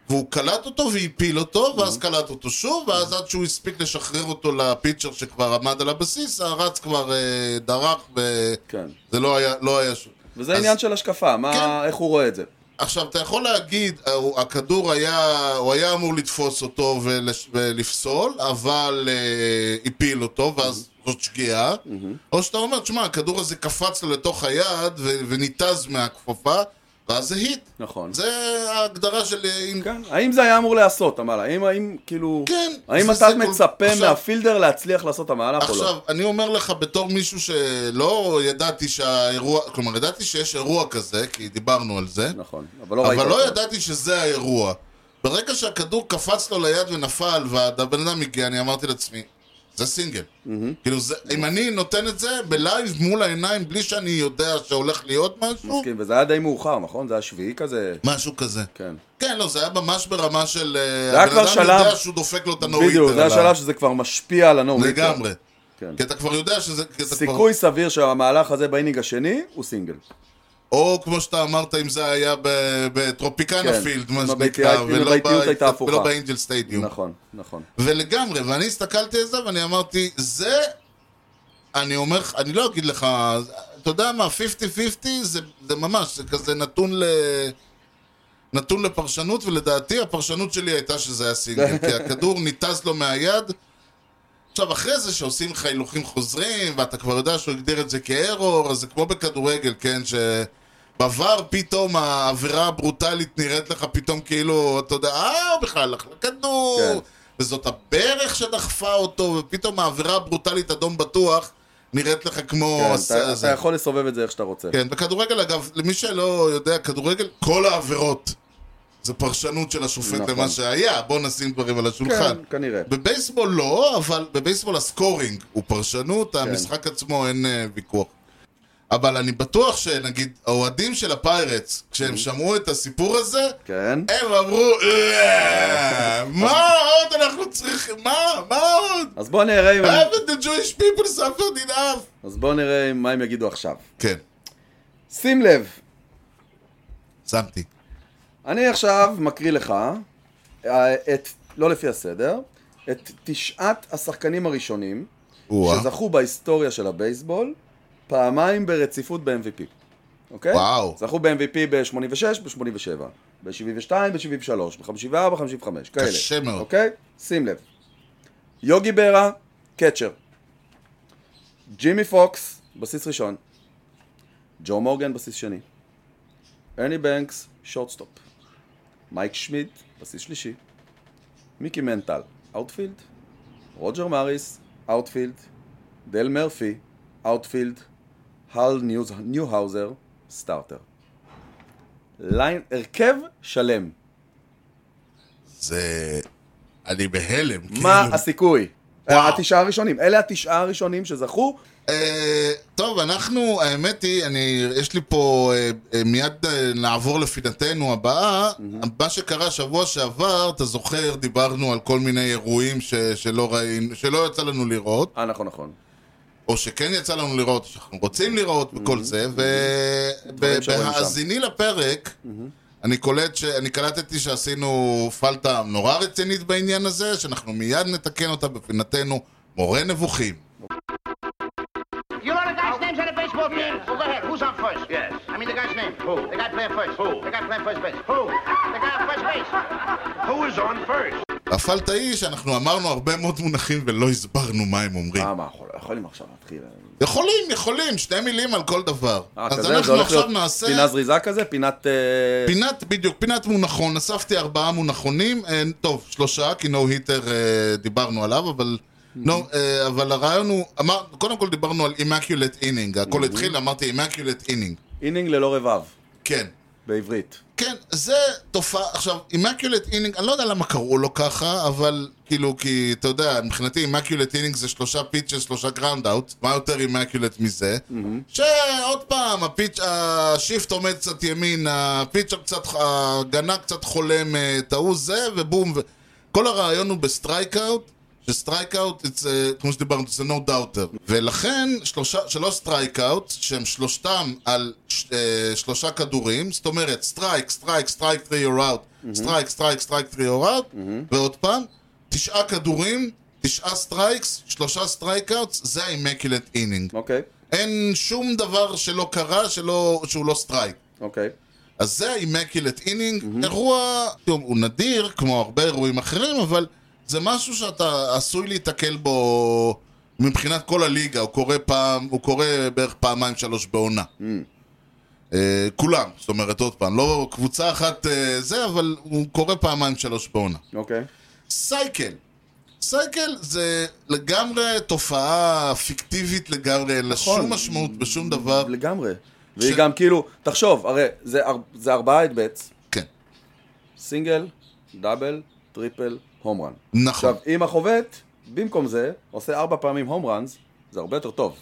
והוא קלט אותו והפיל אותו,
Mm-hmm.
ואז קלט אותו שוב, ואז עד שהוא הספיק לשחרר אותו לפיצ'ר שכבר עמד על הבסיס, הרץ כבר אה, דרך,
כן.
וזה לא היה, לא היה שום.
וזה
אז-
עניין של השקפה, מה,
כן.
איך הוא רואה את זה?
עכשיו, אתה יכול להגיד, אה, הוא- הכדור היה, הוא היה אמור לתפוס אותו ולש, ולפסול, אבל אה, הפיל אותו, ואז
Mm-hmm.
זאת שגיאה. או שאתה אומר, תשמע, הכדור הזה קפץ לו לתוך היד ו- וניתז מהכפפה, ואז זה היט.
נכון.
זה ההגדרה של... אה, אם-
כן. האם זה היה אמור להיעשות, המהלך? האם, האם כאילו...
כן,
האם
זה-
אתה
זה כל-
מצפה
עכשיו-
מהפילדר להצליח לעשות את המהלך או
עכשיו,
לא?
אני אומר לך בתור מישהו שלא ידעתי שהאירוע, כלומר, ידעתי שיש אירוע כזה, כי דיברנו על זה.
נכון, אבל לא ראית
אבל לא
אותו.
ידעתי שזה האירוע. ברגע שהכדור קפץ לו ליד ונפל, והבן אדם הגיע, אני אמרתי לעצמי, זה סינגל. כאילו, זה- אם אני נותן את זה בלייב מול העיניים, בלי שאני יודע שהולך להיות משהו,
מסכים, וזה היה די מאוחר, נכון? זה היה שביעי כזה?
משהו כזה.
כן.
כן, לא, זה היה ממש ברמה של... אה,
זה היה כבר
הבן אדם
שלב-
יודע שהוא דופק לו את
בדיוק, זה
הנוריטר.
השלב שזה כבר משפיע על הנורמיטר.
לא, לגמרי.
כן.
כי אתה כבר יודע שזה... כי אתה כבר-
סיכוי סביר שהמהלך הזה באינינג השני הוא סינגל.
כן. או כמו שאתה אמרת, אם זה היה ב- בטרופיקנה
כן.
פילד,
אם
מה
הביתיות-
שנקרא,
אם
ולא
הביתיות הייתה
ב-
הפוכה.
ולא באינג'ל סטדיום.
נכון, נכון.
ולגמרי, ואני הסתכלתי על זה ואני אמרתי, זה, אני אומר לך, אני לא אגיד לך, אתה יודע מה, 50-50 זה, זה ממש, זה כזה נתון ל... נתון לפרשנות, ולדעתי הפרשנות שלי הייתה שזה היה סינגל, כי הכדור ניתז לו מהיד. עכשיו, אחרי זה שעושים לך הילוכים חוזרים, ואתה כבר יודע שהוא הגדיר את זה כארור, אז זה כמו בכדורגל, כן, שבעבר פתאום העבירה הברוטלית נראית לך פתאום כאילו, אתה יודע, אה, הוא בכלל הלך לכדור,
כן.
וזאת הברך שדחפה אותו, ופתאום העבירה הברוטלית אדום בטוח נראית לך כמו...
כן,
הס-
אתה- אתה
זה.
יכול לסובב את זה איך שאתה רוצה.
כן, בכדורגל אגב, למי שלא יודע, כדורגל, כל העבירות זה פרשנות של השופט
נכון.
למה שהיה, בוא נשים דברים על השולחן.
כן, כנראה.
בבייסבול לא, אבל בבייסבול הסקורינג הוא פרשנות,
כן.
המשחק עצמו אין אה, ויכוח. אבל אני בטוח שנגיד, האוהדים של הפיירטס,
Mm-hmm.
כשהם שמעו את הסיפור הזה,
כן.
הם אמרו, "אה, מה עוד אנחנו צריכים, מה, מה עוד?
אז בוא נראה אם... הם-
haven't the Jewish people suffered enough?
אז בוא נראה אם- מה הם יגידו עכשיו.
כן,
שים לב,
שמתי.
אני עכשיו מקריא לך אה, את, לא לפי הסדר, את תשעת השחקנים הראשונים
וואו.
שזכו בהיסטוריה של הבייסבול פעמיים ברציפות ב-MVP. אוקיי?
וואו.
זכו ב-MVP ב-86, ב-87, ב-72, ב-73, ב-54, ב-55, כאלה.
קשה מאוד.
אוקיי? שים לב. יוגי ברה, קצ'ר. ג'ימי פוקס, בסיס ראשון. ג'ו מורגן, בסיס שני. ארני בנקס, שורטסטופ. מייק שמיד, בסיס שלישי. מיקי מנטל, אאוטפילד. רוג'ר מריס, אאוטפילד. דל מרפי, אאוטפילד. הל ניוז- ניוהאוזר, סטארטר. ליין, הרכב שלם.
זה... אני בהלם.
מה
כאילו.
הסיכוי?
וואו.
התשעה הראשונים. אלה התשעה הראשונים שזכו
אה, טוב, אנחנו, האמת היא, אני, יש לי פה, אה, אה, מיד אה, נעבור לפינתנו הבאה. מה שקרה שבוע שעבר, אתה זוכר, דיברנו על כל מיני אירועים ש, שלא ראינו, שלא יצא לנו לראות,
אה, נכון, נכון.
או שכן יצא לנו לראות, שאנחנו רוצים לראות וכל זה,
Mm-hmm. דברים שרואים Mm-hmm.
ובהאזיני לפרק, אני קולט ש... אני קלטתי שעשינו פלטה נורא רצינית בעניין הזה, שאנחנו מיד נתקן אותה בפינתנו מורה נבוכים.
You know the guy's names on the baseball team? Well, go ahead. Who's on first? Yes. I mean the guy's name. Who? The guy playing first. Who? The guy playing first base. Who? The guy on first base. Who is on first?
הפלטה היא שאנחנו אמרנו הרבה מאוד מונחים ולא הסברנו מה הם אומרים.
אה, מה, יכול- יכולים עכשיו להתחיל.
יכולים, יכולים, שתי מילים על כל דבר.
אה,
אז
כזה? זה
אנחנו
הולך
עכשיו
להיות
נעשה
פינה זריזה כזה? פינת... אה,
פינת, בדיוק, פינת מונחון. אספתי ארבעה מונחונים, אה, טוב, שלושה, כי נו היטר אה, דיברנו עליו, אבל... לא, אה, אבל הרעיון הוא, אמר, קודם כל דיברנו על אימקיולט אינינג, הכל התחיל, אמרתי אימקיולט אינינג.
אינינג ללא רבב,
כן.
בעברית.
כן, זה תופעה, עכשיו, אימקיולט אינינג, אני לא יודע למה קראו לו ככה, אבל כאילו, כי אתה יודע, מבחינתי אימקיולט אינינג זה שלושה פיצ'ס, שלושה גראונד אאוט, מה יותר אימקיולט מזה? שעוד פעם, הפיצ' השיפט עומד קצת ימין, הפיצ'ר קצת, ההגנה קצת חולמת, ההוא זה, ובום, ו... כל הרעיון הוא בסטרייק אאוט, שסטרייק אאוט, אה, כמו שדיברנו, זה no doubter. ולכן, שלושה, שלוש סטרייק אאוט, שהם שלושתם על ש, אה, שלושה כדורים, זאת אומרת, סטרייק, סטרייק, סטרייק, טרי אור אאוט, סטרייק, סטרייק, סטרייק, טרי אור אאוט, ועוד פעם, תשעה כדורים, תשעה סטרייקס, שלושה סטרייק אאוט, זה ה-immaculate inning.
אוקיי,
אין שום דבר שלא קרה שלא, שהוא לא סטרייק.
אוקיי.
אז זה אימקילט אינינג, אירוע, תראו, הוא נדיר, כמו הרבה אירועים אחרים, אבל זה משהו שאתה עשוי להיתקל בו מבחינת כל הליגה, הוא קורה פעם, הוא קורה בערך פעמיים שלוש בעונה. אה, כולם, זאת אומרת עוד פעם, לא קבוצה אחת אה, זה, אבל הוא קורה פעמיים שלוש בעונה.
אוקיי.
סייקל. סייקל זה לגמרי תופעה פיקטיבית לגמרי, אין לה שום משמעות בשום דבר.
לגמרי. והיא גם כאילו, תחשוב, הרי זה אר- זה ארבעה אדבטס,
כן,
סינגל, דאבל, טריפל, הום רן.
נכון.
עכשיו, אם החובט, במקום זה, עושה ארבע פעמים הום ראנס, זה הרבה יותר טוב.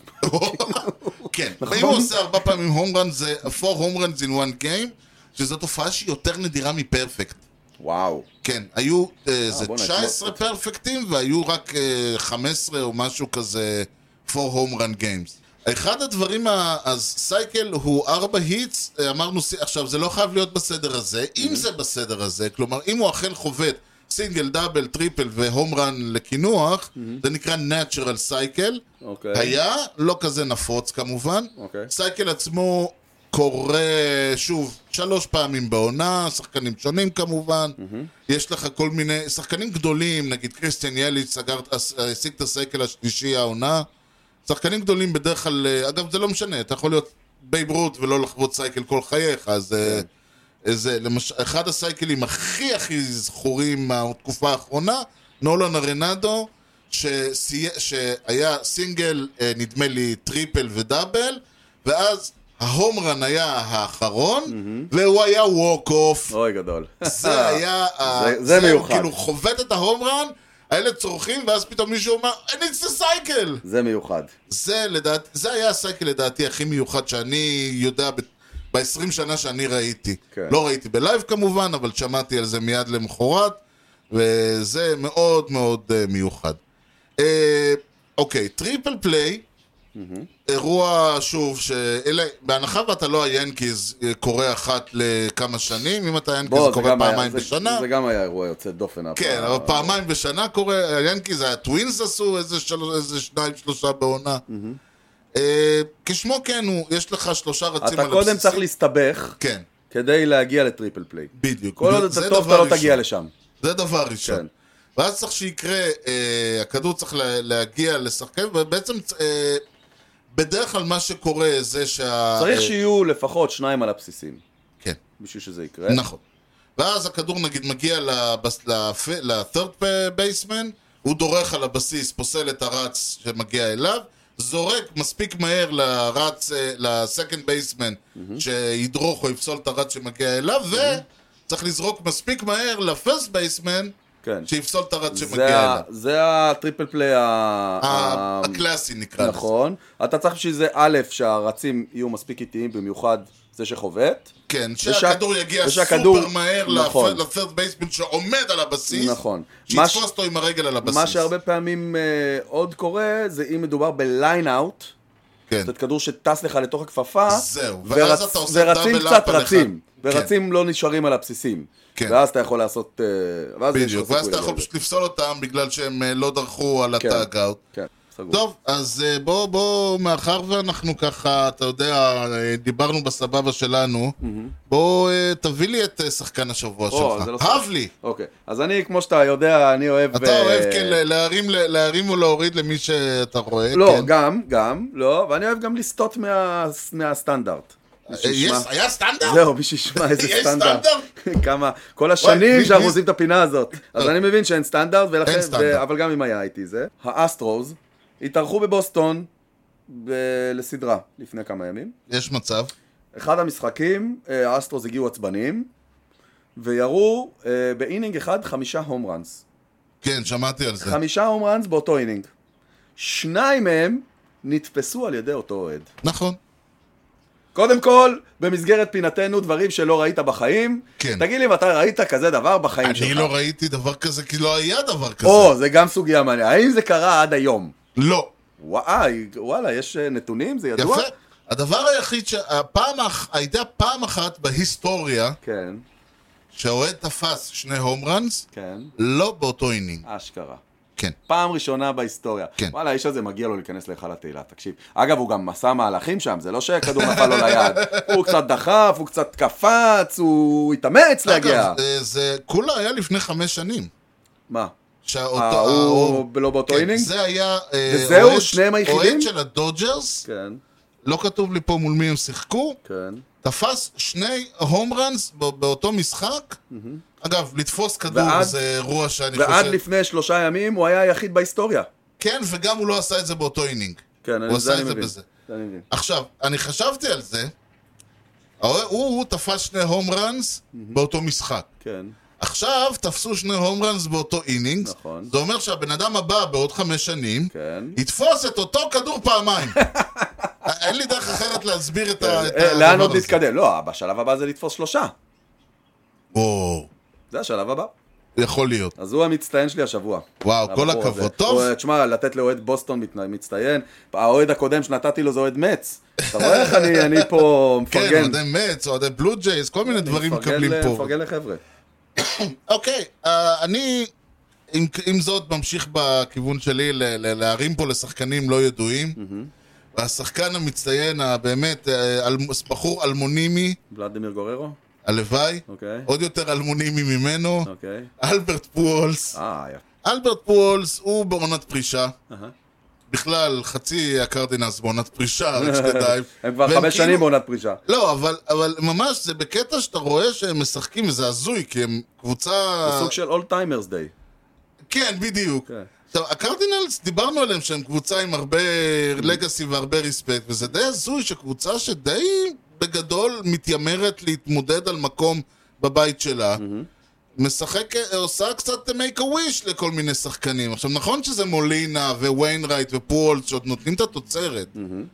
כן,
נכון?
ואם הוא עושה ארבע פעמים הום רן זה 4 הום ראנס in one game, שזו תופעה שהיא יותר נדירה מפרפקט.
וואו.
כן, היו אה, זה
בוא'נה,
19 פרפקטים והיו רק אה, 15 או משהו כזה 4 home run games. אחד הדברים, ה- אז סייקל הוא 4 היטס, אמרנו, סי- עכשיו זה לא חייב להיות בסדר הזה, אם זה בסדר הזה, כלומר אם הוא אכן חובט סינגל, דאבל, טריפל והום רן לקינוח, זה נקרא Natural Cycle.
אוקיי.
היה, לא כזה נפוץ כמובן.
אוקיי.
סייקל עצמו קורה, שוב, שלוש פעמים בעונה, שחקנים שונים כמובן. יש לך כל מיני, שחקנים גדולים, נגיד קריסטיאן יליץ' סגר- הס- השיג את הסייקל השלישי העונה. שחקנים גדולים בדרך כלל, אה, אגב זה לא משנה, אתה יכול להיות בייב רות ולא לחוות סייקל כל חייך, אז... אה, איזה, למש... אחד הסייקלים הכי הכי זכורים מהתקופה האחרונה, נולן ארנדו, שסי... שהיה סינגל, אה, נדמה לי טריפל ודאבל, ואז ההומרן היה האחרון, והוא היה ווק אוף.
אוי, גדול.
זה היה... ה-
אה, זה- זה
הוא
מיוחד.
כאילו חובט את ההומרן, האלה צורכים, ואז פתאום מישהו אומר, I need the cycle!
זה מיוחד.
זה לדעתי, זה היה הסייקל לדעתי הכי מיוחד שאני יודע ב- ב-20 שנה שאני ראיתי.
כן.
לא ראיתי בלייב כמובן, אבל שמעתי על זה מיד למחרת, וזה מאוד מאוד אה, מיוחד. אה, אוקיי, טריפל פליי, אירוע, שוב, שאלה, בהנחה ואתה לא היאנקיז, אה, קורה אחת לכמה שנים, אם אתה היאנקיז זה
בוא, זה
קורה
גם היה-
פעמיים
זה-
בשנה.
זה גם היה אירוע יוצא דופן.
כן,
הפעם.
אבל פעמיים בשנה קורה, היאנקיז, הטווינס עשו איזה, של... איזה שניים, שלושה בעונה. אה, כשמו כן הוא, יש לך שלושה רצים
אתה
על
קודם
הבסיסי.
צריך להסתבך
כן,
כדי להגיע לטריפל פליי.
בדיוק.
כל עוד
זה
אתה טוב,
דבר
אתה לא
ראשון.
תגיע לשם.
זה דבר ראשון.
כן.
ואז צריך שיקרה, אה, הכדור צריך לה, להגיע לשחקן, ובעצם אה, בדרך כלל מה שקורה זה שה...
צריך
אה,
שיהיו לפחות שניים על הבסיסים,
כן.
בשביל שזה יקרה.
נכון. ואז הכדור נגיד מגיע ל-third baseman, הוא דורך על הבסיס, פוסל את הרץ שמגיע אליו, זורק מספיק מהר לרץ, אה, ל-second baseman, שידרוך או יפסול את הרץ שמגיע אליו, וצריך לזרוק מספיק מהר ל-first baseman,
כן.
שיפסול את הרץ שמגיע
זה ה-
אליו. אה,
זה הטריפל פליי ה-
ה- הקלאסי נקרא לזה.
נכון. אתה צריך בשביל זה, א', שהרצים יהיו מספיק איטיים, במיוחד זה שחובט.
כן,
ושה-
שהכדור יגיע
ושהכדור-
סופר מהר
נכון.
לפרד בייסמן שעומד על הבסיס.
נכון. מה ש-
שיתפוס אותו עם הרגל על הבסיס.
מה שהרבה פעמים אה, עוד קורה, זה אם מדובר בליין אאוט,
כן.
זאת כדור שטס לך לתוך הכפפה,
זהו, ואז אתה עושה
ורצים
דאבל
קצת
אפ על אחד.
רצים,
כן.
ורצים לא נשארים על הבסיסים.
כן.
ואז אתה יכול לעשות... אה, ואז יש לך
בדיוק, ואז
סיכוי
אתה יכול
לזה.
פשוט לפסול אותם בגלל שהם אה, לא דרכו על
כן.
הטאג אאוט.
כן, סגור.
טוב, אז אה, בוא, בוא, מאחר ואנחנו ככה, אתה יודע, אה, דיברנו בסבבה שלנו, בוא אה, תביא לי את אה, שחקן השבוע
או, זה לא
שלך.
סבבה.
הב לי!
אוקיי, אז אני, כמו שאתה יודע, אני אוהב...
אתה
אה,
אוהב, כן, ל- להרים ל- להרים או להוריד למי שאתה רואה.
לא,
כן.
גם, גם, לא, ואני אוהב גם לסטות מה- מהסטנדרט. מי
אה, יש-
שישמע-
היה סטנדרט?
זהו, מי שישמע איזה
יש
סטנדרט. כמה, כל
וואי, מי-
השנים שאנחנו
מי- לא.
עושים את הפינה הזאת. אז אני מבין שאין סטנדרט, ולכן,
אין
ו-
סטנדרט.
אבל גם אם היה הייתי זה. האסטרוז התארחו בבוסטון ב- לסדרה לפני כמה ימים.
יש מצב.
אחד המשחקים, אה, האסטרוז הגיעו עצבניים, וירו אה, באינינג אחד חמישה הום ראנס.
כן, שמעתי על זה.
חמישה הום ראנס באותו אינינג. שניים מהם נתפסו על ידי אותו אוהד.
נכון.
קודם כל, במסגרת פינתנו דברים שלא ראית בחיים.
כן.
תגיד לי מתי ראית כזה דבר בחיים שלך.
אני לא ראיתי דבר כזה, כי לא היה דבר כזה.
או, זה גם סוגיה מעניינת. האם זה קרה עד היום?
לא.
וואי, וואלה, יש אה, נתונים? זה ידוע?
יפה. הדבר היחיד שהפעם, האח- הייתה פעם אחת בהיסטוריה
כן,
שהאוהד תפס שני הום ראנס,
כן,
לא באותו אינינג.
אשכרה.
כן.
פעם ראשונה בהיסטוריה.
כן.
וואלה, האיש הזה מגיע לו להיכנס להיכל התהילה, תקשיב. אגב, הוא גם עשה מהלכים שם, זה לא שהכדור נפל לו ליד. הוא קצת דחף, הוא קצת קפץ, הוא התאמץ להגיע.
אגב, אה, זה כולה היה לפני חמש שנים.
מה?
שהאותו-
אה,
האור-
הוא לא באותו
כן,
אינינג?
זה היה... אה,
וזהו,
אוהד-
שניהם היחידים?
אוהד של הדודג'רס,
כן,
לא כתוב לי פה מול מי הם שיחקו,
כן.
תפס שני הום ראנס ב- באותו משחק. אגב, לתפוס כדור
ועד-
זה אירוע שאני
ועד
חושב...
לפני שלושה ימים הוא היה היחיד בהיסטוריה.
כן, וגם הוא לא עשה את זה באותו אינינג.
כן,
הוא
אני-
עשה
זה
את
אני
זה
מבין.
בזה.
זה אני מבין.
עכשיו, אני חשבתי על זה, הוא, הוא תפס שני הום ראנס באותו משחק.
כן.
עכשיו תפסו שני הום ראנס באותו אינינגס,
נכון.
זה אומר שהבן אדם הבא בעוד חמש שנים,
כן.
יתפוס את אותו כדור פעמיים. אין לי דרך אחרת להסביר את ה... את
אה, לאן
הדבר
עוד
הזה.
נתקדם? לא, בשלב הבא זה לתפוס שלושה.
וואו,
זה השלב הבא.
יכול להיות.
אז הוא המצטיין שלי השבוע.
וואו, כל
הבחור הזה.
הכבוד. טוב,
הוא, אה, תשמע, לתת לאוהד בוסטון מת- מצטיין. האוהד הקודם שנתתי לו זה אוהד מצ. אתה רואה איך אני אני פה
כן,
מפרגן.
אוהדי מצ, אוהדי בלו ג'ייס, כל מיני דברים
מפרגן
מקבלים
ל-
פה.
מפרגן לחבר'ה.
אוקיי, אה, אני עם, עם זאת ממשיך בכיוון שלי ל, ל, להרים פה לשחקנים לא ידועים.
Mm-hmm.
והשחקן המצטיין, הבאמת, אה, אל, בחור אלמונימי,
ולדימיר גוררו?
הלוואי,
אוקיי.
עוד יותר אלמונימי ממנו,
אוקיי.
אלברט פוולס.
אה, יפה.
אלברט פוולס הוא בעונת פרישה.
אהה.
בכלל, חצי הקרדינס בעונת פרישה, רק שתדע.
הם כבר
והם
חמש
כאילו-
שנים בעונת פרישה.
לא, אבל, אבל ממש, זה בקטע שאתה רואה שהם משחקים, זה הזוי, כי הם קבוצה...
זה סוג של אול טיימרס דיי.
כן, בדיוק.
כן.
עכשיו, הקרדינלס, דיברנו עליהם שהם קבוצה עם הרבה לגאסי והרבה ריספקט, וזה די הזוי שקבוצה שדי בגדול מתיימרת להתמודד על מקום בבית שלה, משחק, עושה קצת make a wish לכל מיני שחקנים. עכשיו, נכון שזה מולינה ווויינרייט ופרולס שעוד נותנים את התוצרת,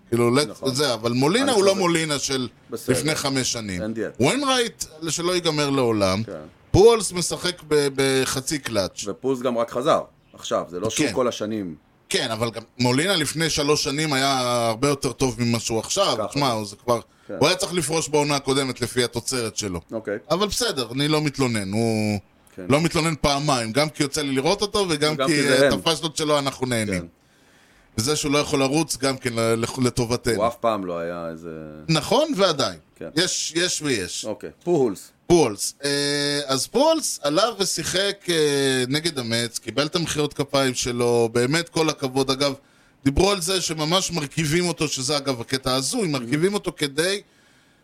כאילו, לת- זה, אבל מולינה
נכון. אני
הוא לא
חושב-
מולינה של
בסדר.
לפני חמש שנים.
אין דיאט.
וויינרייט, שלא ייגמר לעולם.
כן.
פרולס משחק ב- בחצי קלאץ'.
ופוז גם רק חזר. עכשיו, זה לא שוב
כן.
כל השנים.
כן, אבל גם מולינה לפני שלוש שנים היה הרבה יותר טוב ממה שהוא עכשיו.
ככה.
תשמע, זה כבר...
כן.
הוא היה צריך לפרוש בעונה הקודמת לפי התוצרת שלו.
אוקיי.
אבל בסדר, אני לא מתלונן. הוא
כן.
לא מתלונן פעמיים, גם כי יוצא לי לראות אותו וגם
וגם
כי
כי זה
אה,
הם.
הפשלות שלו אנחנו נהנים.
כן.
וזה שהוא לא יכול לרוץ גם כן ל- לכ- לטובתנו.
הוא אף פעם לא היה איזה...
נכון ועדיין.
כן.
יש, יש ויש.
אוקיי. פוהולס.
פולס. אה, אז פולס עלה ושיחק אה, נגד המץ, קיבל את המחיאות כפיים שלו, באמת כל הכבוד. אגב, דיברו על זה שממש מרכיבים אותו, שזה אגב הקטע הזוי,
Mm-hmm.
מרכיבים אותו כדי,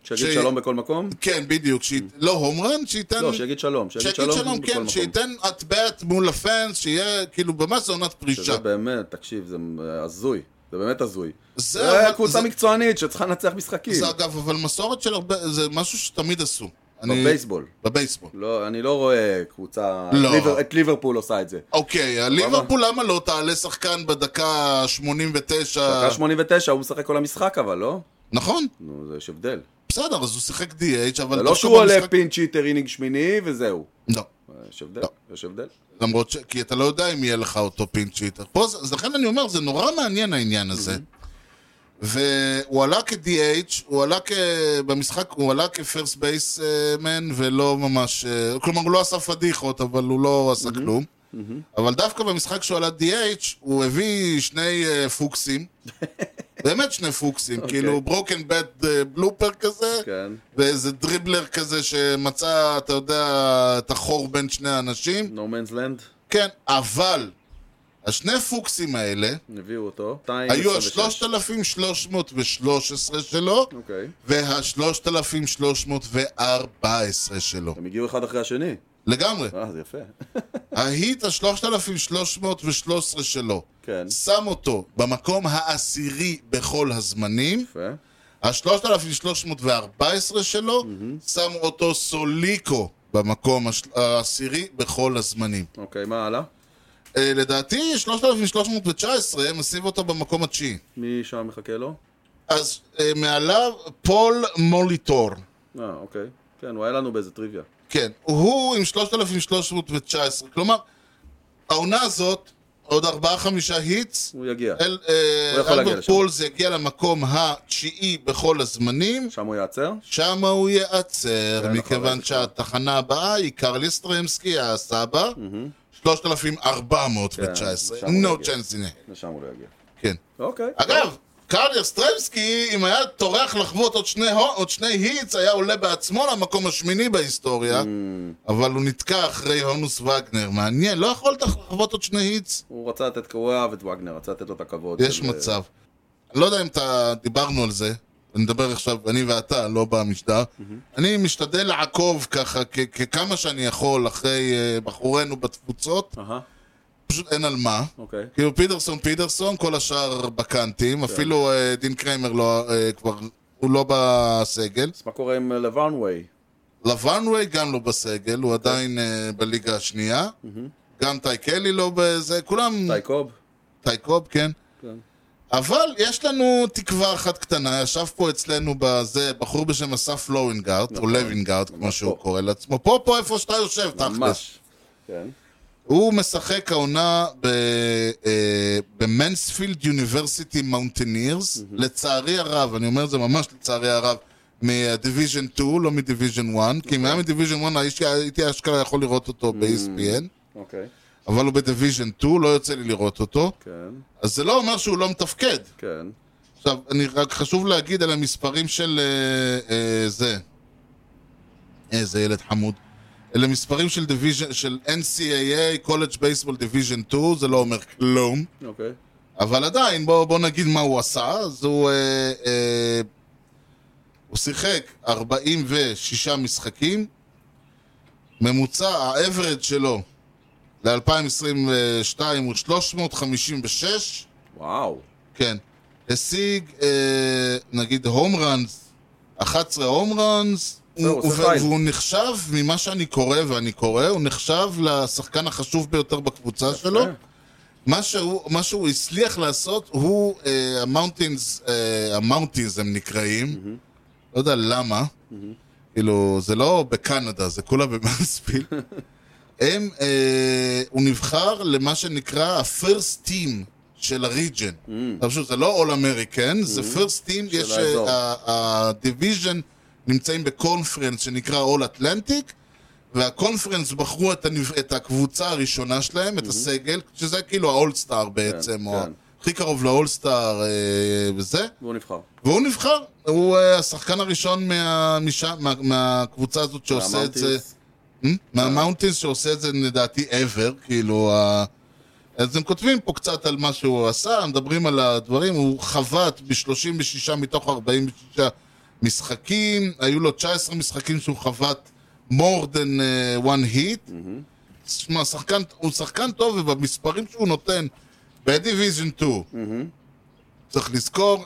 שיגיד
ש-
שלום בכל מקום?
כן, בדיוק, שית, לא הום רן, שייתן...
לא, שיגיד שלום. שיגיד שלום בכל
כן,
מקום.
שייתן את בעט מול הפנס, שיהיה כאילו ממש זו עונת פרישה.
שזה באמת, תקשיב, זה אה, הזוי. זה באמת הזוי.
זה-
זה קבוצה
זה-
מקצוענית שצריכה לנצח משחקים.
זה אגב, אבל מסורת של הרבה, זה משהו שתמיד עשו. אני-
בבייסבול.
בבייסבול.
לא, אני לא רואה קבוצה...
לא.
את ליבר- את ליברפול עושה את זה.
אוקיי, הליברפול למה לא תעלה שחקן בדקה 89? אה.
דקה 89 הוא משחק כל המשחק אבל, לא?
נכון,
נו, זה יש הבדל.
בסדר, אז הוא שיחק DH, אבל...
זה לא
דווקא
שהוא עולה
במשחק-
פינצ' היטר אינינג שמיני וזהו. אה,
לא.
יש הבדל, יש הבדל.
למרות ש... כי אתה לא יודע אם יהיה לך אותו פינצ' היטר. פה, זה- אז לכן אני אומר, זה נורא מעניין העניין הזה. והוא עלה כ-DH, הוא עלה כ... במשחק, הוא עלה כ-first base אה, man, ולא ממש... אה, כלומר, הוא לא עשה פדיחות, אבל הוא לא עשה כלום. אבל דווקא במשחק שהוא עלה DH, הוא הביא שני אה, פוקסים. באמת שני פוקסים, כאילו ברוקן בט בלופר כזה,
כן.
ואיזה דריבלר כזה שמצא, אתה יודע, את החור בין שני האנשים.
No man's land,
כן, אבל השני פוקסים האלה
הביאו אותו. 2,
היו
26.
ה-3,313 שלו
אוקיי.
וה-3,314 שלו.
הם הגיעו אחד אחרי השני.
לגמרי.
אה, זה יפה.
ההיט ה-3,313 שלו
כן.
שם אותו במקום העשירי בכל הזמנים.
יפה.
ה-3,314 שלו שם אותו סוליקו במקום הש- העשירי בכל הזמנים.
אוקיי, מה הלאה?
אה, לדעתי 3,319 מסיב אותו במקום התשיעי.
מי שם מחכה לו?
אז אה, מעליו פול מוליטור.
אה, אוקיי. כן, הוא היה לנו באיזה טריוויה.
כן, הוא עם 3,319. כלומר, העונה הזאת, עוד 4-5 היטס,
הוא יגיע.
אל-
הוא
אה,
יכול להגיע
אלברט
לשם.
פולס יגיע למקום התשיעי בכל הזמנים.
שם הוא יעצר?
שם הוא ייעצר,
נכון,
מכיוון
נכון.
שהתחנה הבאה היא קרלי סטרמסקי, הסבא, 3,419.
כן, שם הוא
No
יגיע.
chance in hell.
לשם הוא לא יגיע.
כן.
אוקיי.
אגב, קרליה סטרמסקי, אם היה טורח לחוות עוד שני, הו- עוד שני היטס, היה עולה בעצמו למקום השמיני בהיסטוריה, אבל הוא נתקע אחרי הונוס וגנר. מעניין, לא יכולת לחוות עוד שני היטס?
הוא רצה לתת, הוא אהב את וגנר, רצה לתת לו את הכבוד.
יש
של-
מצב. אני לא יודע אם אתה... דיברנו על זה. נדבר עכשיו, אני ואתה, לא במשדר. אני משתדל לעקוב ככה, כ- ככמה שאני יכול, אחרי אה, בחורינו בתפוצות.
אהה,
פשוט אין על מה.
אוקיי.
כאילו פידרסון פידרסון, כל השאר
כן.
בקאנטים, אפילו אה, דין קריימר לא, אה, כבר, הוא לא בסגל.
אז מה קורה עם אה, לבנווי?
אה, לבנווי גם לא בסגל, הוא
כן.
עדיין אה, בליגה השנייה. גם טייקלי לא בזה, כולם
טייקוב?
טייקוב, כן.
כן.
אבל יש לנו תקווה אחת קטנה, ישב פה אצלנו בזה בחור בשם אסף לוינגארט, או לוינגארט, כמו
נכון. ממש
שהוא
פה.
קורא לעצמו. פה, פה, איפה שאתה יושב, תכלס.
ממש. כן.
הוא משחק העונה במנספילד יוניברסיטי מאונטנירס. לצערי הרב, אני אומר את זה ממש לצערי הרב, מדיוויז'ן 2, לא מדיוויז'ן 1, כי אם היה מדיוויז'ן 1 האיש- הייתי אשכרה יכול לראות אותו ב-ESPN,
אוקיי.
אבל הוא בדיוויז'ן 2, לא יוצא לי לראות אותו.
כן.
אז זה לא אומר שהוא לא מתפקד.
כן.
עכשיו, אני רק חשוב להגיד על המספרים של אה, אה, זה. איזה ילד חמוד. אלה מספרים של, דיוויז'ן, של NCAA, College Baseball Division 2, זה לא אומר כלום.
אוקיי.
אבל עדיין, בוא, בוא נגיד מה הוא עשה. אז הוא, אה, אה, הוא שיחק 46 משחקים. ממוצע, ה-average שלו ל-2022 הוא 356.
וואו.
כן. השיג, אה, נגיד, הום ראנס, 11 הום ראנס,
זהו,
הוא-
עושה
הוא-
חייל.
והוא נחשב, ממה שאני קורא, ואני קורא, הוא נחשב לשחקן החשוב ביותר בקבוצה שלו.
יפה.
מה שהוא, מה שהוא הצליח לעשות הוא אה, המאונטינס, אה, המאונטינס הם נקראים, לא יודע למה, כאילו זה לא בקנדה, זה כולה במאנספיל, הם, אה, הוא נבחר למה שנקרא ה-first team של הריג'ן, אתה חושב, זה לא All American, זה first team, יש, אה,
האזור.
ה-division נמצאים בקונפרנס שנקרא All Atlantic, והקונפרנס בחרו את, הנב... את הקבוצה הראשונה שלהם, את הסגל, שזה כאילו האולסטאר בעצם, או
כן.
הכי קרוב לאולסטאר אה, וזה,
והוא נבחר.
והוא נבחר, הוא אה, השחקן הראשון מה... משם, מה... מהקבוצה הזאת שעושה את זה,
והמאונטינס,
מהמאונטינס שעושה את זה לדעתי ever, כאילו, ה... אז הם כותבים פה קצת על מה שהוא עשה, מדברים על הדברים, הוא חבט ב-36 מתוך 46 משחקים, היו לו 19 משחקים שהוא חבט more than uh, one hit. תשמע, שחקן, הוא שחקן טוב, ובמספרים שהוא נותן בדיוויז'ן 2, צריך לזכור,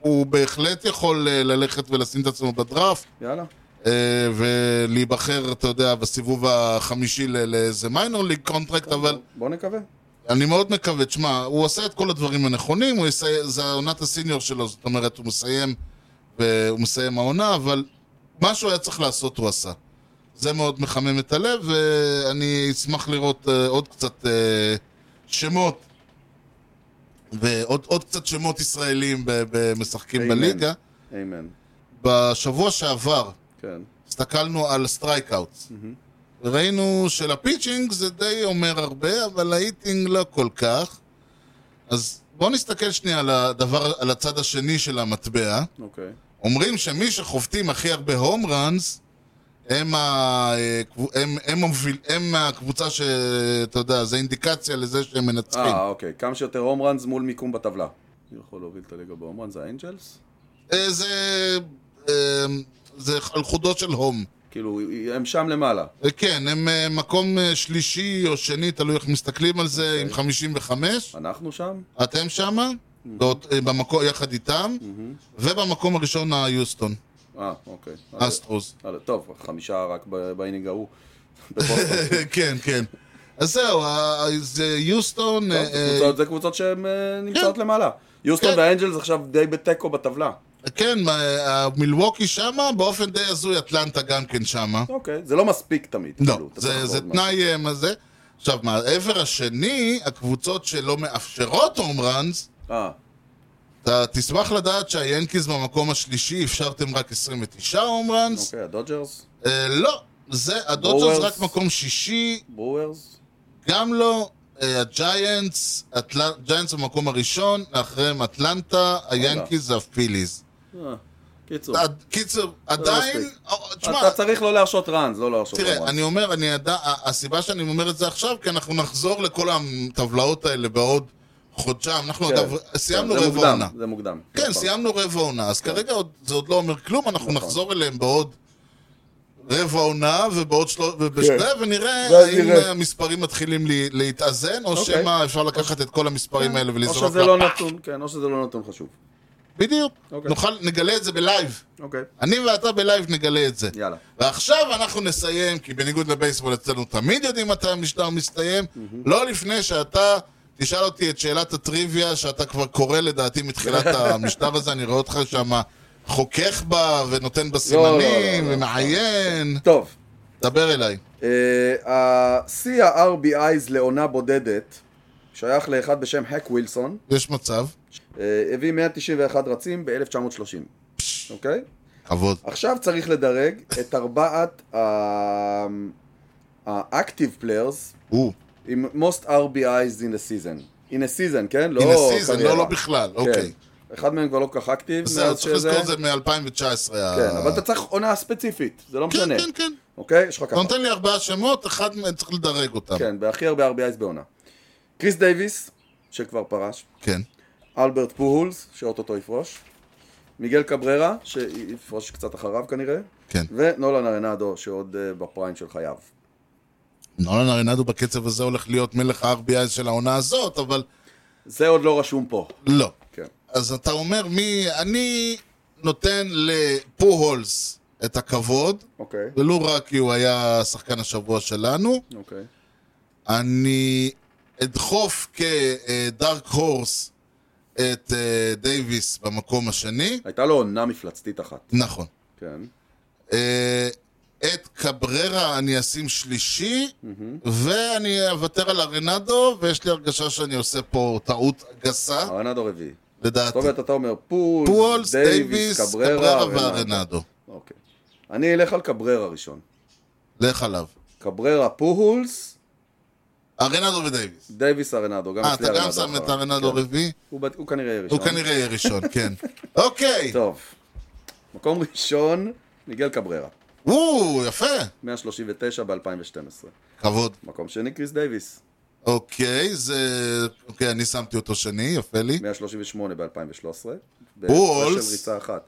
הוא בהחלט יכול אה, ללכת ולשים את עצמו בדראפט.
יאללה.
אה, אה, ולהיבחר, אתה יודע, בסיבוב החמישי ל- לאיזה מיינור ליג קונטרקט, אבל
בוא נקווה.
אני מאוד מקווה, תשמע, הוא עושה את כל הדברים הנכונים, הוא יסי... זה עונת הסיניור שלו, זאת אומרת, הוא מסיים, ו... הוא מסיים העונה, אבל מה שהוא היה צריך לעשות הוא עשה. זה מאוד מחמם את הלב, ואני אשמח לראות uh, עוד קצת uh, שמות, ועוד עוד קצת שמות ישראלים ב- ב- משחקים
אמן.
בליגה.
אמן.
בשבוע שעבר
כן.
הסתכלנו על סטרייקאוטס. ראינו שלפיצ'ינג זה די אומר הרבה, אבל ההיטינג לא כל כך. אז בואו נסתכל שנייה על הדבר, על הצד השני של המטבע.
אוקיי.
אומרים שמי שחובטים הכי הרבה הום ראנס, הם, ה... אה, הם, הם, המוביל... הם הקבוצה ש... אתה יודע, זה אינדיקציה לזה שהם מנצחים.
אה, אוקיי. כמה שיותר הום ראנס מול מיקום בטבלה. מי יכול להוביל את הליגה בהום ראנס? האנג'לס?
אה, זה... אה, זה על חודו של הום.
כאילו, הם שם למעלה.
כן, הם אה, מקום אה, שלישי או שני, תלוי איך מסתכלים על זה, עם 55.
אנחנו שם?
אתם שמה? באות- אה, במקום, יחד איתם, ובמקום הראשון היוסטון,
אה, אוקיי.
אסטרוס.
אה, טוב, חמישה רק ב- באינינג ההוא. בבוסטון.
כן, כן. אז זהו, ה- זה יוסטון,
טוב,
אה,
זה קבוצות- זה קבוצות שהן אה, נמצאות למעלה. יוסטון
כן.
והאנג'לס עכשיו די בתיקו בטבלה.
אה, כן, מה- המילווקי שמה, באופן די הזוי, אטלנטה גם כן שמה.
אוקיי. זה לא מספיק תמיד.
לא,
כאילו, אתה צריך
זה
עוד
זה
משהו.
תנאי אה, מה זה. עכשיו, מהעבר השני, הקבוצות שלא מאפשרות הום ראנס,
אה,
אתה תשמח לדעת שהיאנקיז במקום השלישי, אפשרתם רק 29 הום ראנס.
אוקיי, הדודג'רס?
אה, לא, זה הדודג'רס
בוארס.
רק מקום שישי,
ברוורס?
גם לא. אה, הג'יינטס, אטל- ג'יינטס במקום הראשון, אחריהם אטלנטה, היאנקיז והפיליז.
אה, קיצור.
עד- קיצר, עדיין,
לא מספיק.
אה, תשמע,
אתה צריך לא להרשות ראנס, לא להרשות
תראה,
ראנס.
אני אומר, אני יודע, ה- הסיבה שאני אומר את זה עכשיו, כי אנחנו נחזור לכל הטבלאות האלה בעוד חודשיים, אנחנו
כן.
עוד סיימנו
זה
רבע
מוקדם,
עונה.
זה מוקדם.
כן,
נכון. כן.
סיימנו רבע עונה, אז כרגע עוד- זה עוד לא אומר כלום, אנחנו נחזור אליהם בעוד רבע עונה ובעוד שלוש... ובשתי, ונראה
כן. ואז
האם
נראה.
המספרים מתחילים לי- להתאזן, או
אוקיי.
שמא אפשר לקחת את כל המספרים האלה
או
ולזרוק
שזה לא
לפח.
נתון, כן, או שזה לא נתון חשוב.
בדיוק.
אוקיי.
נוכל, נגלה את זה בלייב.
אוקיי.
אני ואתה בלייב נגלה את זה.
יאללה.
ועכשיו אנחנו נסיים, כי בניגוד לבייסבול אצלנו תמיד יודעים מתי המשטר מסתיים, לא לפני שאתה תשאל אותי את שאלת הטריוויה שאתה כבר קורא לדעתי מתחילת המשטר הזה, אני רואה אותך שם חוכך בה ונותן בה
לא, לא,
סימנים
לא.
ומעיין.
טוב,
דבר אליי.
אה, השיא ה-RBI's לעונה בודדת שייך לאחד בשם האק ווילסון,
יש מצב.
אה, הביא 191 רצים ב-1930, אוקיי?
כבוד.
עכשיו צריך לדרג את ארבעת ה- ה-active players
הוא.
עם most RBI's in a season. in a season, כן? לא
הנה סיזן,
קריירה.
לא לא בכלל. אוקיי.
כן. אחד מהם כבר לא כל כך אקטיב.
בסדר,
מאז
צריך
שזה-
לזכור את זה מ-2019.
כן, אבל אתה צריך עונה ספציפית, זה לא משנה.
כן, כן, כן.
אוקיי? יש לך
אתה
ככה.
נותן לי ארבעה שמות, אחד מהם צריך לדרג אותם.
כן, בהכי הרבה RBI's בעונה. קריס דייוויס, שכבר פרש,
כן.
אלברט פוהולס, שאו-טו-טו יפרוש, מיגל קבררה, שיפרוש קצת אחריו כנראה,
כן.
ונולן ארנדו, שעוד אה, בפריים של חייו.
נולן ארנדו בקצב הזה הולך להיות מלך ה-RBI של העונה הזאת, אבל
זה עוד לא רשום פה.
לא.
כן.
אז אתה אומר מי... אני נותן לפוהולס את הכבוד,
אוקיי,
ולו רק כי הוא היה שחקן השבוע שלנו.
אוקיי.
אני אדחוף כדארק הורס את אה, דייוויס במקום השני.
הייתה לו עונה מפלצתית אחת.
נכון.
כן.
אה, את קבררה אני אשים שלישי, ואני אוותר על ארנדו, ויש לי הרגשה שאני עושה פה טעות גסה,
ארנדו רביעי. זאת
לדעתי.
אומרת, אתה אומר פולס,
פולס,
דייוויס,
דייוויס,
קבררה
קבררה וארנדו.
אוקיי. אני אלך על קבררה ראשון.
לך עליו.
קבררה פוהולס,
ארנדו ודייוויס.
דייוויס ארנדו, גם
אה,
אצלי
אתה
ארנדו.
גם שם את
אחריו.
ארנדו
כן.
רביעי?
הוא בד- הוא כנראה יהיה ראשון.
הוא כנראה יהיה ראשון, כן. אוקיי!
טוב. מקום ראשון, מיגל קבררה.
וואו, יפה!
139 ב-2012.
כבוד.
מקום שני, קריס דייוויס.
אוקיי, זה... אוקיי, אני שמתי אותו שני, יפה לי.
138 ב-2013.
פוהולס.
של ריצה אחת.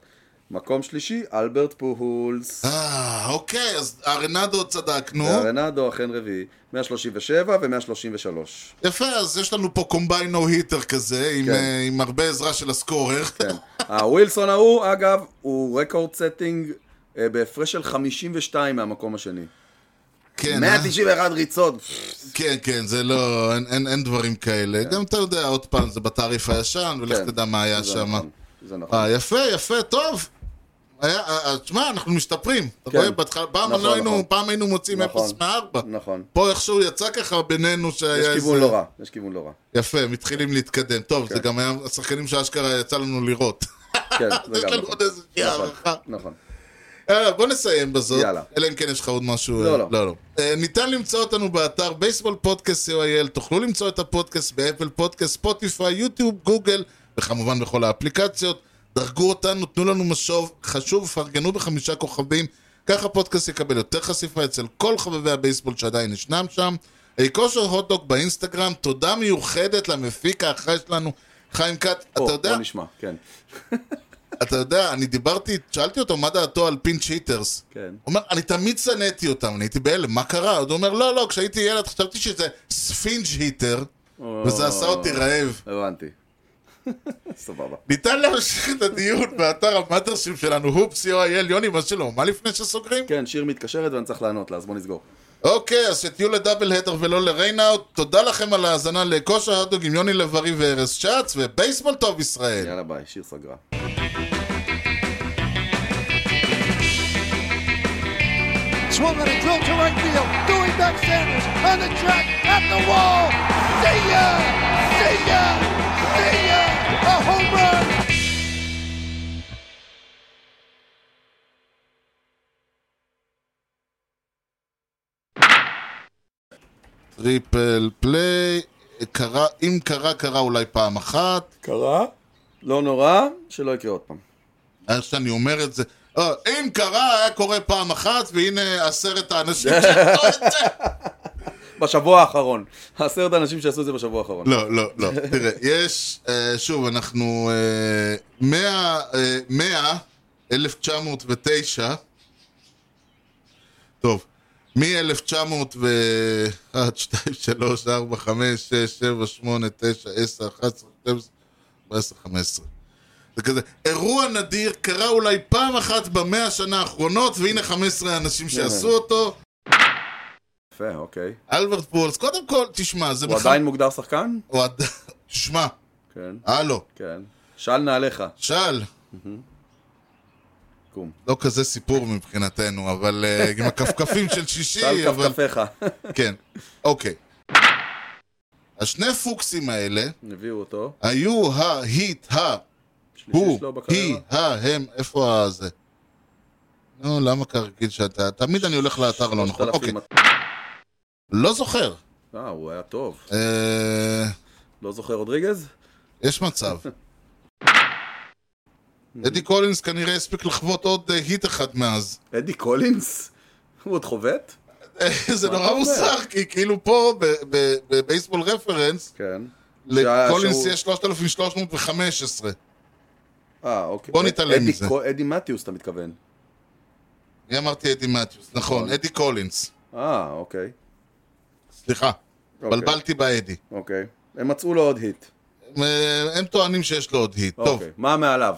מקום שלישי, אלברט פוהולס.
אה, אוקיי, אז ארנדו צדקנו.
וארנדו אכן רביעי. 137 ו-133.
יפה, אז יש לנו פה קומביין נו היטר כזה, עם,
כן.
אה, עם הרבה עזרה של הסקורר.
אה, כן. הווילסון ההוא, אגב, הוא רקורד סטינג אה, בהפרש של 52 מהמקום השני.
כן, אה?
191 ריצות.
כן, כן, זה לא, אין, אין, אין דברים כאלה. גם אתה יודע, עוד פעם, זה בתעריף הישן, ולך
כן.
תדע מה היה
זה
שם.
נכון, זה נכון.
אה, יפה, יפה, טוב. היה- אה, אה, תשמע, אנחנו משתפרים. אתה
כן.
רואה, בהתחלה, פעם
נכון,
לא היינו,
נכון.
פעם היינו מוצאים
נכון.
0 מ-4.
נכון.
פה איכשהו יצא ככה בינינו שהיה
יש
איזה...
כיוון לא רע, כן. יש כיוון לא רע.
יפה, מתחילים להתקדם. טוב, זה גם היה השחקנים שאשכרה יצא לנו לראות.
כן, זה
יש
גם
לנו
נכון.
עוד איזושהי
נכון,
הערכה.
נכון.
יאללה, בוא נסיים בזאת.
יאללה.
אלא אם כן יש לך עוד משהו.
לא,
אה,
לא.
לא, לא. אה, ניתן למצוא אותנו באתר בייסבול פודקאסט co.il. תוכלו למצוא את הפודקאסט באפל פודקאסט, ספוטיפיי, יוטיוב, גוגל, וכמובן בכל האפליקציות. דרגו אותנו, תנו לנו משוב, חשוב, פרגנו בחמישה כוכבים. ככה הפודקאסט יקבל יותר חשיפה אצל כל חובבי הבייסבול שעדיין ישנם שם. אה, כושר הוטדוק באינסטגרם, תודה מיוחדת למפיק האחראי שלנו, חיים כץ. אתה
בוא,
יודע,
בוא נשמע, כן.
אתה יודע, אני דיברתי, שאלתי אותו מה דעתו על פין צ'יטרס.
כן.
הוא אומר, אני תמיד שנאתי אותם, אני הייתי בהלם, מה קרה? אז הוא אומר, לא, לא, כשהייתי ילד חשבתי שזה ספינג' היטר, וזה עשה אותי רעב.
הבנתי. סבבה.
ניתן להמשיך את הדיון באתר המאטרשיפ שלנו, הופס, יו-אייל, יוני, מה שלא, מה לפני שסוגרים?
כן, שיר מתקשרת ואני צריך לענות לה, אז בוא נסגור.
אוקיי, אז שתהיו לדאבל הדר ולא לריינאוט, תודה לכם על ההאזנה לכושר הדוג עם יוני לב-ארי וארז שץ, ובייסבול טוב ישראל.
יאללה ביי, שיר סגרה.
Swung on a drill to right field. Dewey back Sanders on the track at the wall. See ya! See ya! See ya! A home run!
טריפל פליי, קרה, אם קרה, קרה אולי פעם אחת.
קרה? לא נורא, שלא יקרה עוד פעם.
איך שאני אומר את זה. אה, אם קרה, היה קורה פעם אחת, והנה עשרת האנשים שעשו את זה.
בשבוע האחרון. עשרת האנשים שעשו את זה בשבוע האחרון.
לא, לא, לא. תראה, יש, אה, שוב, אנחנו אה, 100, אה, 100, 1909, טוב, מ-1900 ו... 1, 2, 3, 4, 5, 6, 7, 8, 9, 10, 11, 12, 14, 15. זה כזה, אירוע נדיר, קרה אולי פעם אחת במאה השנה האחרונות, והנה 15 האנשים
כן.
שעשו אותו.
יפה, אוקיי.
אלברט פולס, קודם כל, תשמע, זה
הוא
מח-
עדיין מוגדר שחקן?
הוא עדיין... תשמע,
כן,
הלו.
כן. שאל נעליך.
שאל,
קום.
לא כזה סיפור מבחינתנו, אבל אה, עם הכפכפים של שישי,
שאל
אבל...
כפכפיך.
כן, אוקיי. השני פוקסים האלה
הביאו אותו.
היו ה, היט, ה,
שלישי
הוא,
שלו
היא,
בקריירה.
ה, הם, איפה הזה? נו, למה כרגיל שאתה... תמיד אני הולך לאתר לא נכון. אוקיי,
3,000.
לא זוכר.
אה, הוא היה טוב.
אה,
לא זוכר רודריגז?
יש מצב. אדי קולינס כנראה הספיק לחוות עוד אה, היט אחד מאז.
אדי קולינס? הוא עוד חובט?
זה
מה
נורא
אתה אומר?
מוזר, כי כאילו פה, ב- ב- בבייסבול רפרנס,
כן.
לקולינס
שהוא-
יש 3,315.
אה, אוקיי.
בוא נתעלם
אדי
מזה.
קו- אדי מתיוס, אתה מתכוון.
אני אמרתי אדי מתיוס, נכון, אדי קולינס.
אה, אוקיי.
סליחה,
אוקיי.
בלבלתי באדי.
אוקיי. הם מצאו לו עוד היט.
הם- הם טוענים שיש לו עוד היט. טוב,
אוקיי. מה מעליו?